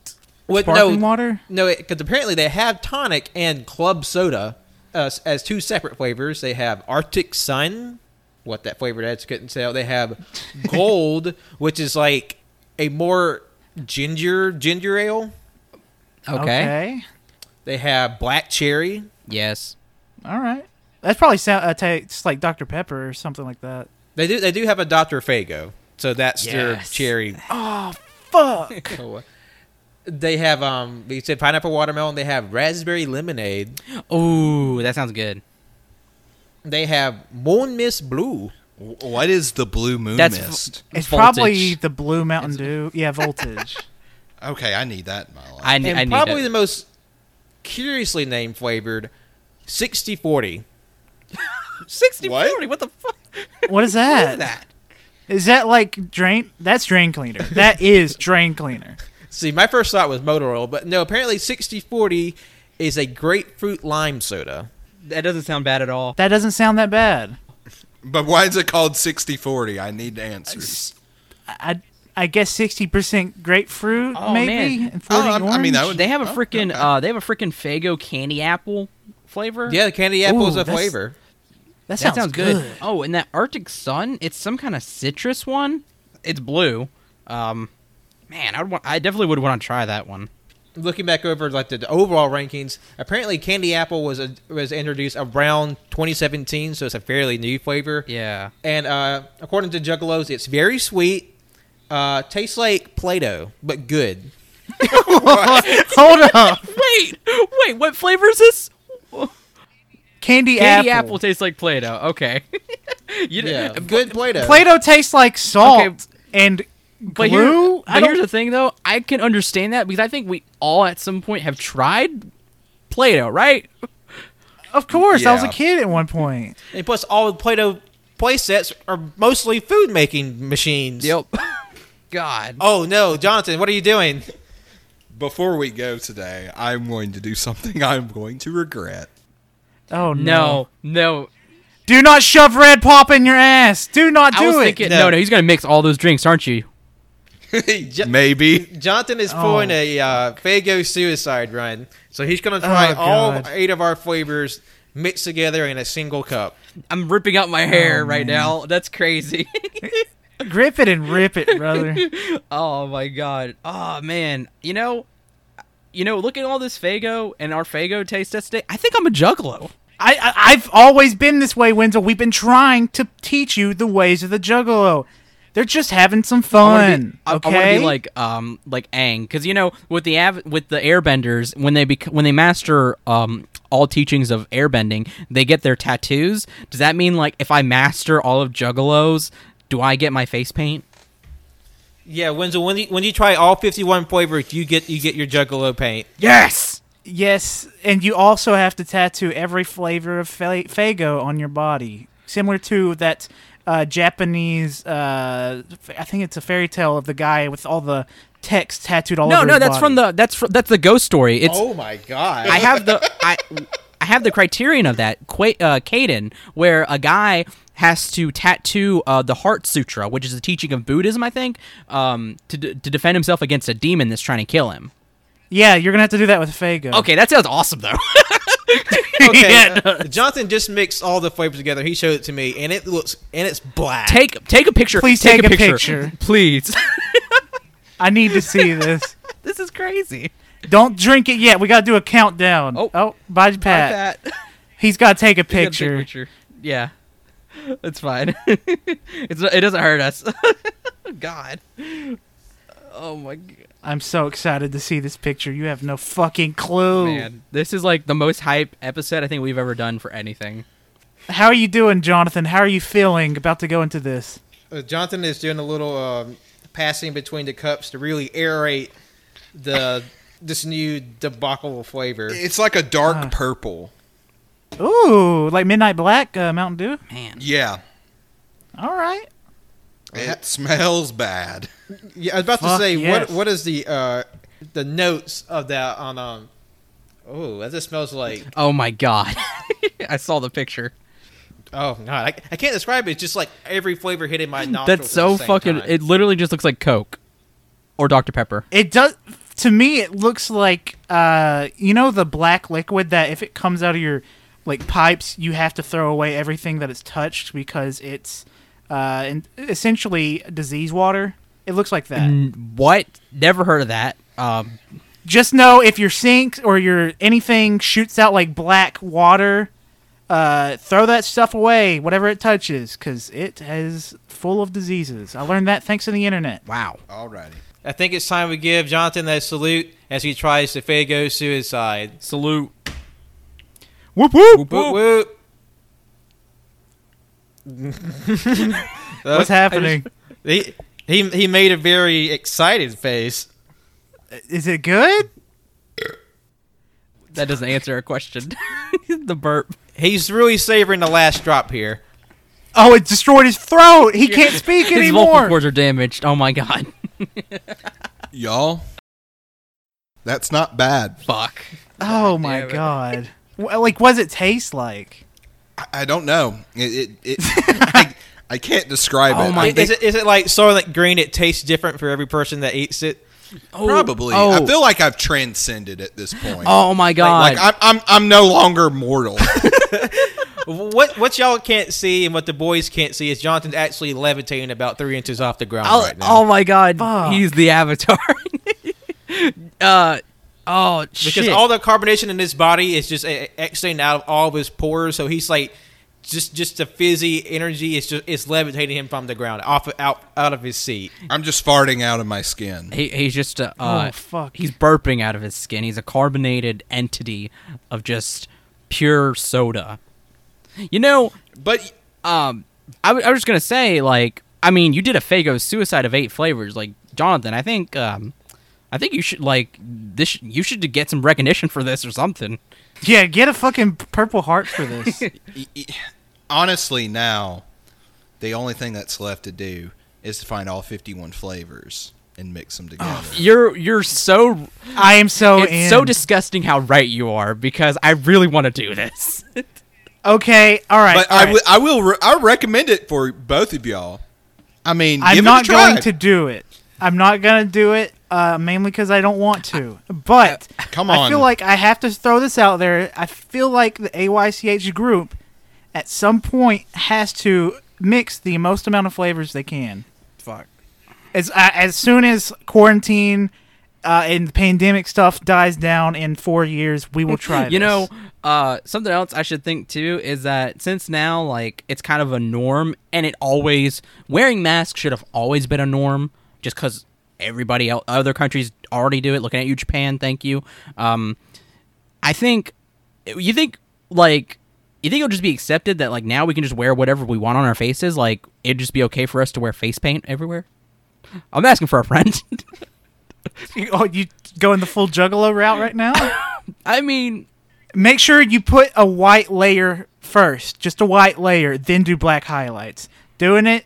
[SPEAKER 1] what- no,
[SPEAKER 3] sparkling water.
[SPEAKER 1] No, because apparently they have tonic and club soda uh, as two separate flavors. They have Arctic Sun, what that flavor that's couldn't tell. They have Gold, which is like a more ginger ginger ale.
[SPEAKER 4] Okay.
[SPEAKER 3] Okay.
[SPEAKER 1] They have Black Cherry.
[SPEAKER 4] Yes.
[SPEAKER 3] All right. That's probably sound uh, tastes like Dr Pepper or something like that.
[SPEAKER 1] They do they do have a Dr. Fago, so that's their
[SPEAKER 4] Yes.
[SPEAKER 1] cherry.
[SPEAKER 3] Fuck.
[SPEAKER 1] cola. They have um. You said pineapple watermelon. They have raspberry lemonade.
[SPEAKER 4] Ooh, that sounds good.
[SPEAKER 1] They have moon mist blue.
[SPEAKER 2] Wh- What is the blue moon
[SPEAKER 4] That's f-
[SPEAKER 2] mist?
[SPEAKER 3] It's
[SPEAKER 4] Voltage.
[SPEAKER 3] probably the blue Mountain Dew. Yeah, voltage.
[SPEAKER 2] okay, I need that in my life.
[SPEAKER 4] I, ne-
[SPEAKER 1] and
[SPEAKER 4] I need
[SPEAKER 1] probably
[SPEAKER 4] it.
[SPEAKER 1] the most curiously named flavored 60 40
[SPEAKER 4] 60
[SPEAKER 2] What?
[SPEAKER 4] 40, What the fuck?
[SPEAKER 3] what is that?
[SPEAKER 4] What is that?
[SPEAKER 3] Is that like drain? That's drain cleaner. That is drain cleaner.
[SPEAKER 1] see my first thought was motor oil but no apparently 60 40 is a grapefruit lime soda
[SPEAKER 4] That doesn't sound bad at all.
[SPEAKER 3] That doesn't sound that bad.
[SPEAKER 2] but why is it called 60-40? I need answers.
[SPEAKER 3] I I guess sixty percent grapefruit,
[SPEAKER 4] Oh,
[SPEAKER 3] maybe.
[SPEAKER 4] man.
[SPEAKER 3] And 40
[SPEAKER 2] Oh, I- I mean, that
[SPEAKER 3] orange?
[SPEAKER 2] would-
[SPEAKER 4] They have a
[SPEAKER 2] Oh,
[SPEAKER 4] freaking
[SPEAKER 2] okay.
[SPEAKER 4] uh, they have a freaking Fago candy apple flavor.
[SPEAKER 1] yeah the candy apple is
[SPEAKER 3] Ooh,
[SPEAKER 1] a
[SPEAKER 3] that's-
[SPEAKER 1] flavor
[SPEAKER 3] that
[SPEAKER 4] that
[SPEAKER 3] sounds,
[SPEAKER 4] sounds
[SPEAKER 3] good.
[SPEAKER 4] good. Oh, and that Arctic Sun, it's some kind of citrus one. It's blue. Um, man, I would want, I definitely would want to try that one.
[SPEAKER 1] looking back over like the, the overall rankings apparently candy apple was a, was introduced around 2017 so it's a fairly new flavor
[SPEAKER 4] Yeah.
[SPEAKER 1] and uh, according to juggalos it's very sweet uh, tastes like play-doh but good
[SPEAKER 3] Hold up,
[SPEAKER 4] Wait, wait, what flavor is this?
[SPEAKER 3] candy,
[SPEAKER 4] Candy apple,
[SPEAKER 3] apple.
[SPEAKER 4] tastes like Play-Doh. Okay. you d-
[SPEAKER 1] yeah good play-doh
[SPEAKER 3] Play-Doh tastes like salt
[SPEAKER 4] Okay.
[SPEAKER 3] and
[SPEAKER 4] But, here-
[SPEAKER 3] glue. I
[SPEAKER 4] but
[SPEAKER 3] don't-
[SPEAKER 4] here's the thing, though. I can understand that because I think we all at some point have tried Play-Doh, right?
[SPEAKER 3] of course, I was a
[SPEAKER 2] Yeah.
[SPEAKER 3] kid at one point.
[SPEAKER 1] And plus, all the Play-Doh play sets are mostly food-making machines.
[SPEAKER 4] God.
[SPEAKER 1] Oh no, Jonathan, what are you doing?
[SPEAKER 2] Before we go today, I'm going to do something I'm going to regret.
[SPEAKER 3] Oh
[SPEAKER 4] No, no.
[SPEAKER 3] Do not shove Red Pop in your ass. Do not
[SPEAKER 4] I was
[SPEAKER 3] do it.
[SPEAKER 4] thinking,
[SPEAKER 1] No.
[SPEAKER 4] no, no, he's gonna mix all those drinks, aren't you?
[SPEAKER 2] Maybe.
[SPEAKER 1] Jonathan is pulling a uh, Fago suicide run, so he's going to try
[SPEAKER 3] Oh,
[SPEAKER 1] all
[SPEAKER 3] God.
[SPEAKER 1] eight of our flavors mixed together in a single cup.
[SPEAKER 4] I'm ripping out my hair right now. That's crazy.
[SPEAKER 3] Grip it and rip it, brother.
[SPEAKER 4] oh my god. Oh man. You know, you know, look at all this Fago and our Fago taste test today. I think I'm a juggalo.
[SPEAKER 3] I, I I've always been this way, Wenzel. We've been trying to teach you the ways of the Juggalo. They're just having some
[SPEAKER 4] I wanna
[SPEAKER 3] fun.
[SPEAKER 4] be, I- I,
[SPEAKER 3] okay.
[SPEAKER 4] want to be like um like Aang because you know with the av- with the airbenders when they bec- when they master um all teachings of airbending they get their tattoos. Does that mean like if I master all of juggalos, do I get my face paint?
[SPEAKER 1] Yeah, Wenzel, when you, when you try all fifty-one flavors, you get you get your Juggalo paint.
[SPEAKER 4] Yes.
[SPEAKER 3] yes, and you also have to tattoo every flavor of fa- Fago on your body, similar to that uh, Japanese. Uh, f- I think it's a fairy tale of the guy with all the text tattooed all
[SPEAKER 4] No,
[SPEAKER 3] over.
[SPEAKER 4] no,
[SPEAKER 3] his
[SPEAKER 4] that's
[SPEAKER 3] body.
[SPEAKER 4] from the that's fr- that's the ghost story. It's
[SPEAKER 1] Oh my god!
[SPEAKER 4] I have the I I have the criterion of that Qua- uh, Caden, where a guy has to tattoo uh, the Heart Sutra, which is a teaching of Buddhism, I think, um, to d- to defend himself against a demon that's trying to kill him.
[SPEAKER 3] Yeah, you're gonna have to do that with Fago.
[SPEAKER 4] Okay, that sounds awesome though.
[SPEAKER 1] okay,
[SPEAKER 3] Yeah, it
[SPEAKER 1] uh, Jonathan just mixed all the flavors together. He showed it to me, and it looks and it's black.
[SPEAKER 4] take take a picture.
[SPEAKER 3] Please
[SPEAKER 4] take,
[SPEAKER 3] take
[SPEAKER 4] a,
[SPEAKER 3] a
[SPEAKER 4] picture.
[SPEAKER 3] picture.
[SPEAKER 4] Please.
[SPEAKER 3] I need to see this.
[SPEAKER 4] this is crazy.
[SPEAKER 3] Don't drink it yet. We gotta do a countdown.
[SPEAKER 4] Oh.
[SPEAKER 3] bye, Pat. He's gotta take a
[SPEAKER 4] Take a
[SPEAKER 3] picture.
[SPEAKER 4] picture. Yeah. It's fine. it's it doesn't hurt us. God. Oh my god.
[SPEAKER 3] I'm so excited to see this picture. You have no fucking clue.
[SPEAKER 4] Man, this is like the most hype episode I think we've ever done for anything.
[SPEAKER 3] How are you doing, Jonathan? How are you feeling about to go into this?
[SPEAKER 1] Uh, Jonathan is doing a little um, passing between the cups to really aerate the this new debacle of flavor.
[SPEAKER 2] It's like a dark
[SPEAKER 3] Ah.
[SPEAKER 2] purple.
[SPEAKER 3] Ooh, like Midnight Black, uh, Mountain Dew?
[SPEAKER 4] Man.
[SPEAKER 2] Yeah.
[SPEAKER 3] All right.
[SPEAKER 2] It smells bad.
[SPEAKER 1] Yeah, I was about to
[SPEAKER 3] Fuck
[SPEAKER 1] say
[SPEAKER 3] yes.
[SPEAKER 1] what what is the uh, the notes of that on um. Oh, that just smells like
[SPEAKER 4] Oh my god. I saw the picture.
[SPEAKER 1] oh god, I, I can't describe it. It's just like every flavor hitting my nostrils.
[SPEAKER 4] That's so
[SPEAKER 1] at the same
[SPEAKER 4] fucking
[SPEAKER 1] time.
[SPEAKER 4] it literally just looks like Coke or Dr Pepper.
[SPEAKER 3] It does. To me, it looks like uh, you know the black liquid that if it comes out of your like pipes, you have to throw away everything that it's touched because it's uh, in- essentially disease water. It looks like that.
[SPEAKER 4] N- What? Never heard of that. Um
[SPEAKER 3] just know if your sink or your anything shoots out like black water, uh, throw that stuff away, whatever it touches, because it is full of diseases. I learned that thanks to the internet.
[SPEAKER 4] wow.
[SPEAKER 2] Alrighty.
[SPEAKER 1] I think it's time we give Jonathan that salute as he tries to fago suicide.
[SPEAKER 4] Salute.
[SPEAKER 3] Whoop whoop.
[SPEAKER 1] Whoop whoop.
[SPEAKER 3] What's happening?
[SPEAKER 1] He, he he made a very excited face.
[SPEAKER 3] Is it good?
[SPEAKER 4] That doesn't answer a question. the burp.
[SPEAKER 1] He's really savoring the last drop here.
[SPEAKER 3] Oh, it destroyed his throat. He can't speak
[SPEAKER 4] His vocal
[SPEAKER 3] anymore.
[SPEAKER 4] cords are damaged. Oh my god.
[SPEAKER 2] Y'all, that's not bad.
[SPEAKER 4] Fuck.
[SPEAKER 3] Oh my
[SPEAKER 4] Damn it.
[SPEAKER 3] god. Wha- Like, what's it taste like?
[SPEAKER 2] I, I don't know. It, it, it I, I can't describe
[SPEAKER 4] Oh
[SPEAKER 2] it.
[SPEAKER 4] my-
[SPEAKER 2] I-
[SPEAKER 1] Is, it, is it like Soylent Green? It tastes different for every person that eats it.
[SPEAKER 4] Oh,
[SPEAKER 2] probably.
[SPEAKER 4] Oh,
[SPEAKER 2] I feel like I've transcended at this point.
[SPEAKER 4] oh my god.
[SPEAKER 2] like I'm, I'm, I'm no longer mortal.
[SPEAKER 1] What what y'all can't see and what the boys can't see is Jonathan's actually levitating about three inches off the ground
[SPEAKER 4] Oh,
[SPEAKER 1] right now.
[SPEAKER 4] oh my god.
[SPEAKER 3] Fuck.
[SPEAKER 4] He's the avatar. uh oh shit.
[SPEAKER 1] because all the carbonation in his body is just uh, exiting out of all of his pores. So he's like, just just the fizzy energy is just it's levitating him from the ground off out out of his seat.
[SPEAKER 2] I'm just farting out of my skin.
[SPEAKER 4] he, he's just a uh,
[SPEAKER 3] Oh, fuck.
[SPEAKER 4] He's burping out of his skin. He's a carbonated entity of just pure soda. You know,
[SPEAKER 2] But
[SPEAKER 4] um, I, w- I was just gonna say, like, I mean, you did a Fago suicide of eight flavors, like Jonathan. I think, um, I think you should like this. You should get some recognition for this or something.
[SPEAKER 3] Yeah, get a fucking purple heart for this.
[SPEAKER 2] y- y- honestly, now the only thing that's left to do is to find all 51 flavors and mix
[SPEAKER 3] Oh,
[SPEAKER 2] them together.
[SPEAKER 4] You're you're so
[SPEAKER 3] I am so
[SPEAKER 4] it's
[SPEAKER 3] in.
[SPEAKER 4] so disgusting how right you are because I really want to do this.
[SPEAKER 3] okay, all right.
[SPEAKER 2] but
[SPEAKER 3] all
[SPEAKER 2] I,
[SPEAKER 3] right.
[SPEAKER 2] w- I will. Re- I recommend it for both of y'all. I mean,
[SPEAKER 3] I'm
[SPEAKER 2] give
[SPEAKER 3] not
[SPEAKER 2] it a try.
[SPEAKER 3] going to do it. I'm not gonna do it. Uh, mainly because I don't want to. But
[SPEAKER 2] Uh, Come
[SPEAKER 3] I
[SPEAKER 2] on.
[SPEAKER 3] feel like I have to throw this out there. I feel like the AYCH group, at some point, has to mix the most amount of flavors they can.
[SPEAKER 4] Fuck.
[SPEAKER 3] As uh, as soon as quarantine uh, and the pandemic stuff dies down in four years, we will try. this.
[SPEAKER 4] You know, uh, something else I should think too is that since now, like, it's kind of a norm, and it always wearing masks should have always been a norm, just because everybody else, other countries already do it. Looking at you, Japan, thank you. Um, I think you think like you think it'll just be accepted that like now we can just wear whatever we want on our faces. Like it'd just be okay for us to wear face paint everywhere. I'm asking for a friend.
[SPEAKER 3] you, oh, you going the full Juggalo route right now?
[SPEAKER 4] I mean,
[SPEAKER 3] Make sure you put a white layer first, just a white layer, then do black highlights. Doing it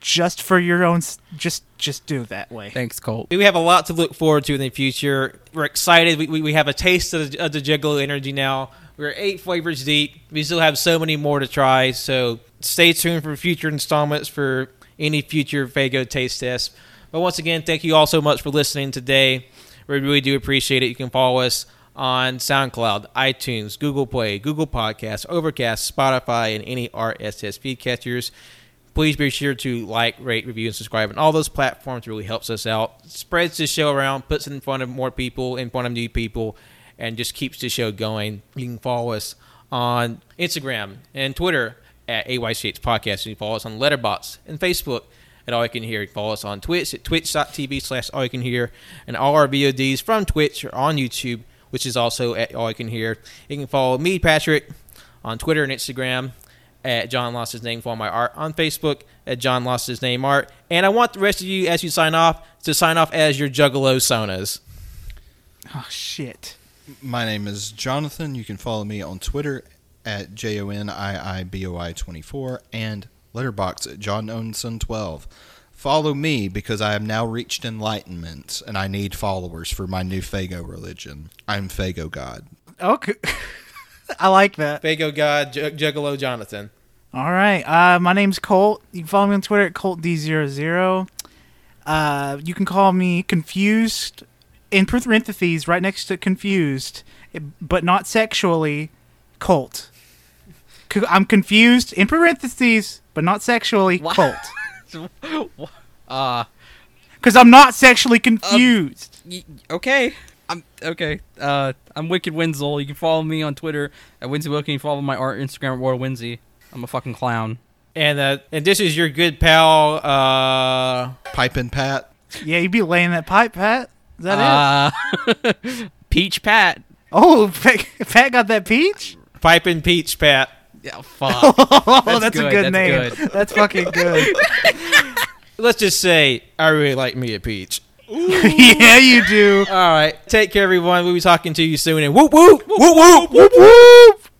[SPEAKER 3] just for your own. s- Just just do it that way.
[SPEAKER 4] thanks, Colt.
[SPEAKER 1] We have a lot to look forward to in the future. We're excited. We, we, we have a taste of the, of the Juggalo energy now. We're eight flavors deep. We still have so many more to try. So stay tuned for future installments for any future Fago taste tests. But once again, thank you all so much for listening today. We really do appreciate it. You can follow us on SoundCloud, iTunes, Google Play, Google Podcasts, Overcast, Spotify, and any RSS feed catchers. Please be sure to like, rate, review, and subscribe on all those platforms. It really helps us out. Spreads the show around, puts it in front of more people, in front of new people, and just keeps the show going. You can follow us on Instagram and Twitter at AYCH Podcast. You can follow us on Letterboxd and Facebook at All You Can Hear. You can follow us on Twitch at twitch.tv slash All You Can Hear. And all our VODs from Twitch are on YouTube, which is also at All You Can Hear. You can follow me, Patrick, on Twitter and Instagram at John Lost His Name for all my art on Facebook at John Lost His Name Art. And I want the rest of you, as you sign off, to sign off as your Juggalo Sonas.
[SPEAKER 3] Oh shit.
[SPEAKER 2] My name is Jonathan. You can follow me on Twitter at J O N I I B O I 24 and Letterbox at John Onson 12. Follow me because I have now reached enlightenment and I need followers for my new Fago religion. I'm Fago God.
[SPEAKER 3] Okay. I like that.
[SPEAKER 1] Fago God, Jug- Juggalo Jonathan.
[SPEAKER 3] All right. Uh, my name's Colt. You can follow me on Twitter at ColtD00. Uh, you can call me Confused in parentheses right next to Confused, but not sexually, Colt. Co- I'm confused in parentheses, but not sexually,
[SPEAKER 4] Wha-
[SPEAKER 3] Colt.
[SPEAKER 4] Uh, um,
[SPEAKER 3] Because I'm not sexually confused.
[SPEAKER 4] y- okay. I'm okay. Uh, I'm Wicked Wenzel. You can follow me on Twitter at Winsy Wilkin. You can follow my art Instagram at War Winsy. I'm a fucking clown.
[SPEAKER 1] And uh, and this is your good pal. Uh,
[SPEAKER 2] Pipe and Pat.
[SPEAKER 3] Yeah, you'd be laying that pipe, Pat. Is that it?
[SPEAKER 4] Uh, Peach Pat.
[SPEAKER 3] Oh, Pat, Pat got that peach.
[SPEAKER 1] Piping Peach Pat.
[SPEAKER 4] Oh, fuck.
[SPEAKER 3] Oh, that's,
[SPEAKER 4] That's
[SPEAKER 3] a
[SPEAKER 4] good,
[SPEAKER 3] good
[SPEAKER 4] that's
[SPEAKER 3] name.
[SPEAKER 4] good.
[SPEAKER 3] That's fucking good.
[SPEAKER 1] Let's just say I really like me a peach.
[SPEAKER 3] yeah, you do.
[SPEAKER 1] All right. Take care, everyone. We'll be talking to you soon. And whoop, whoop, whoop, whoop, whoop, whoop. whoop.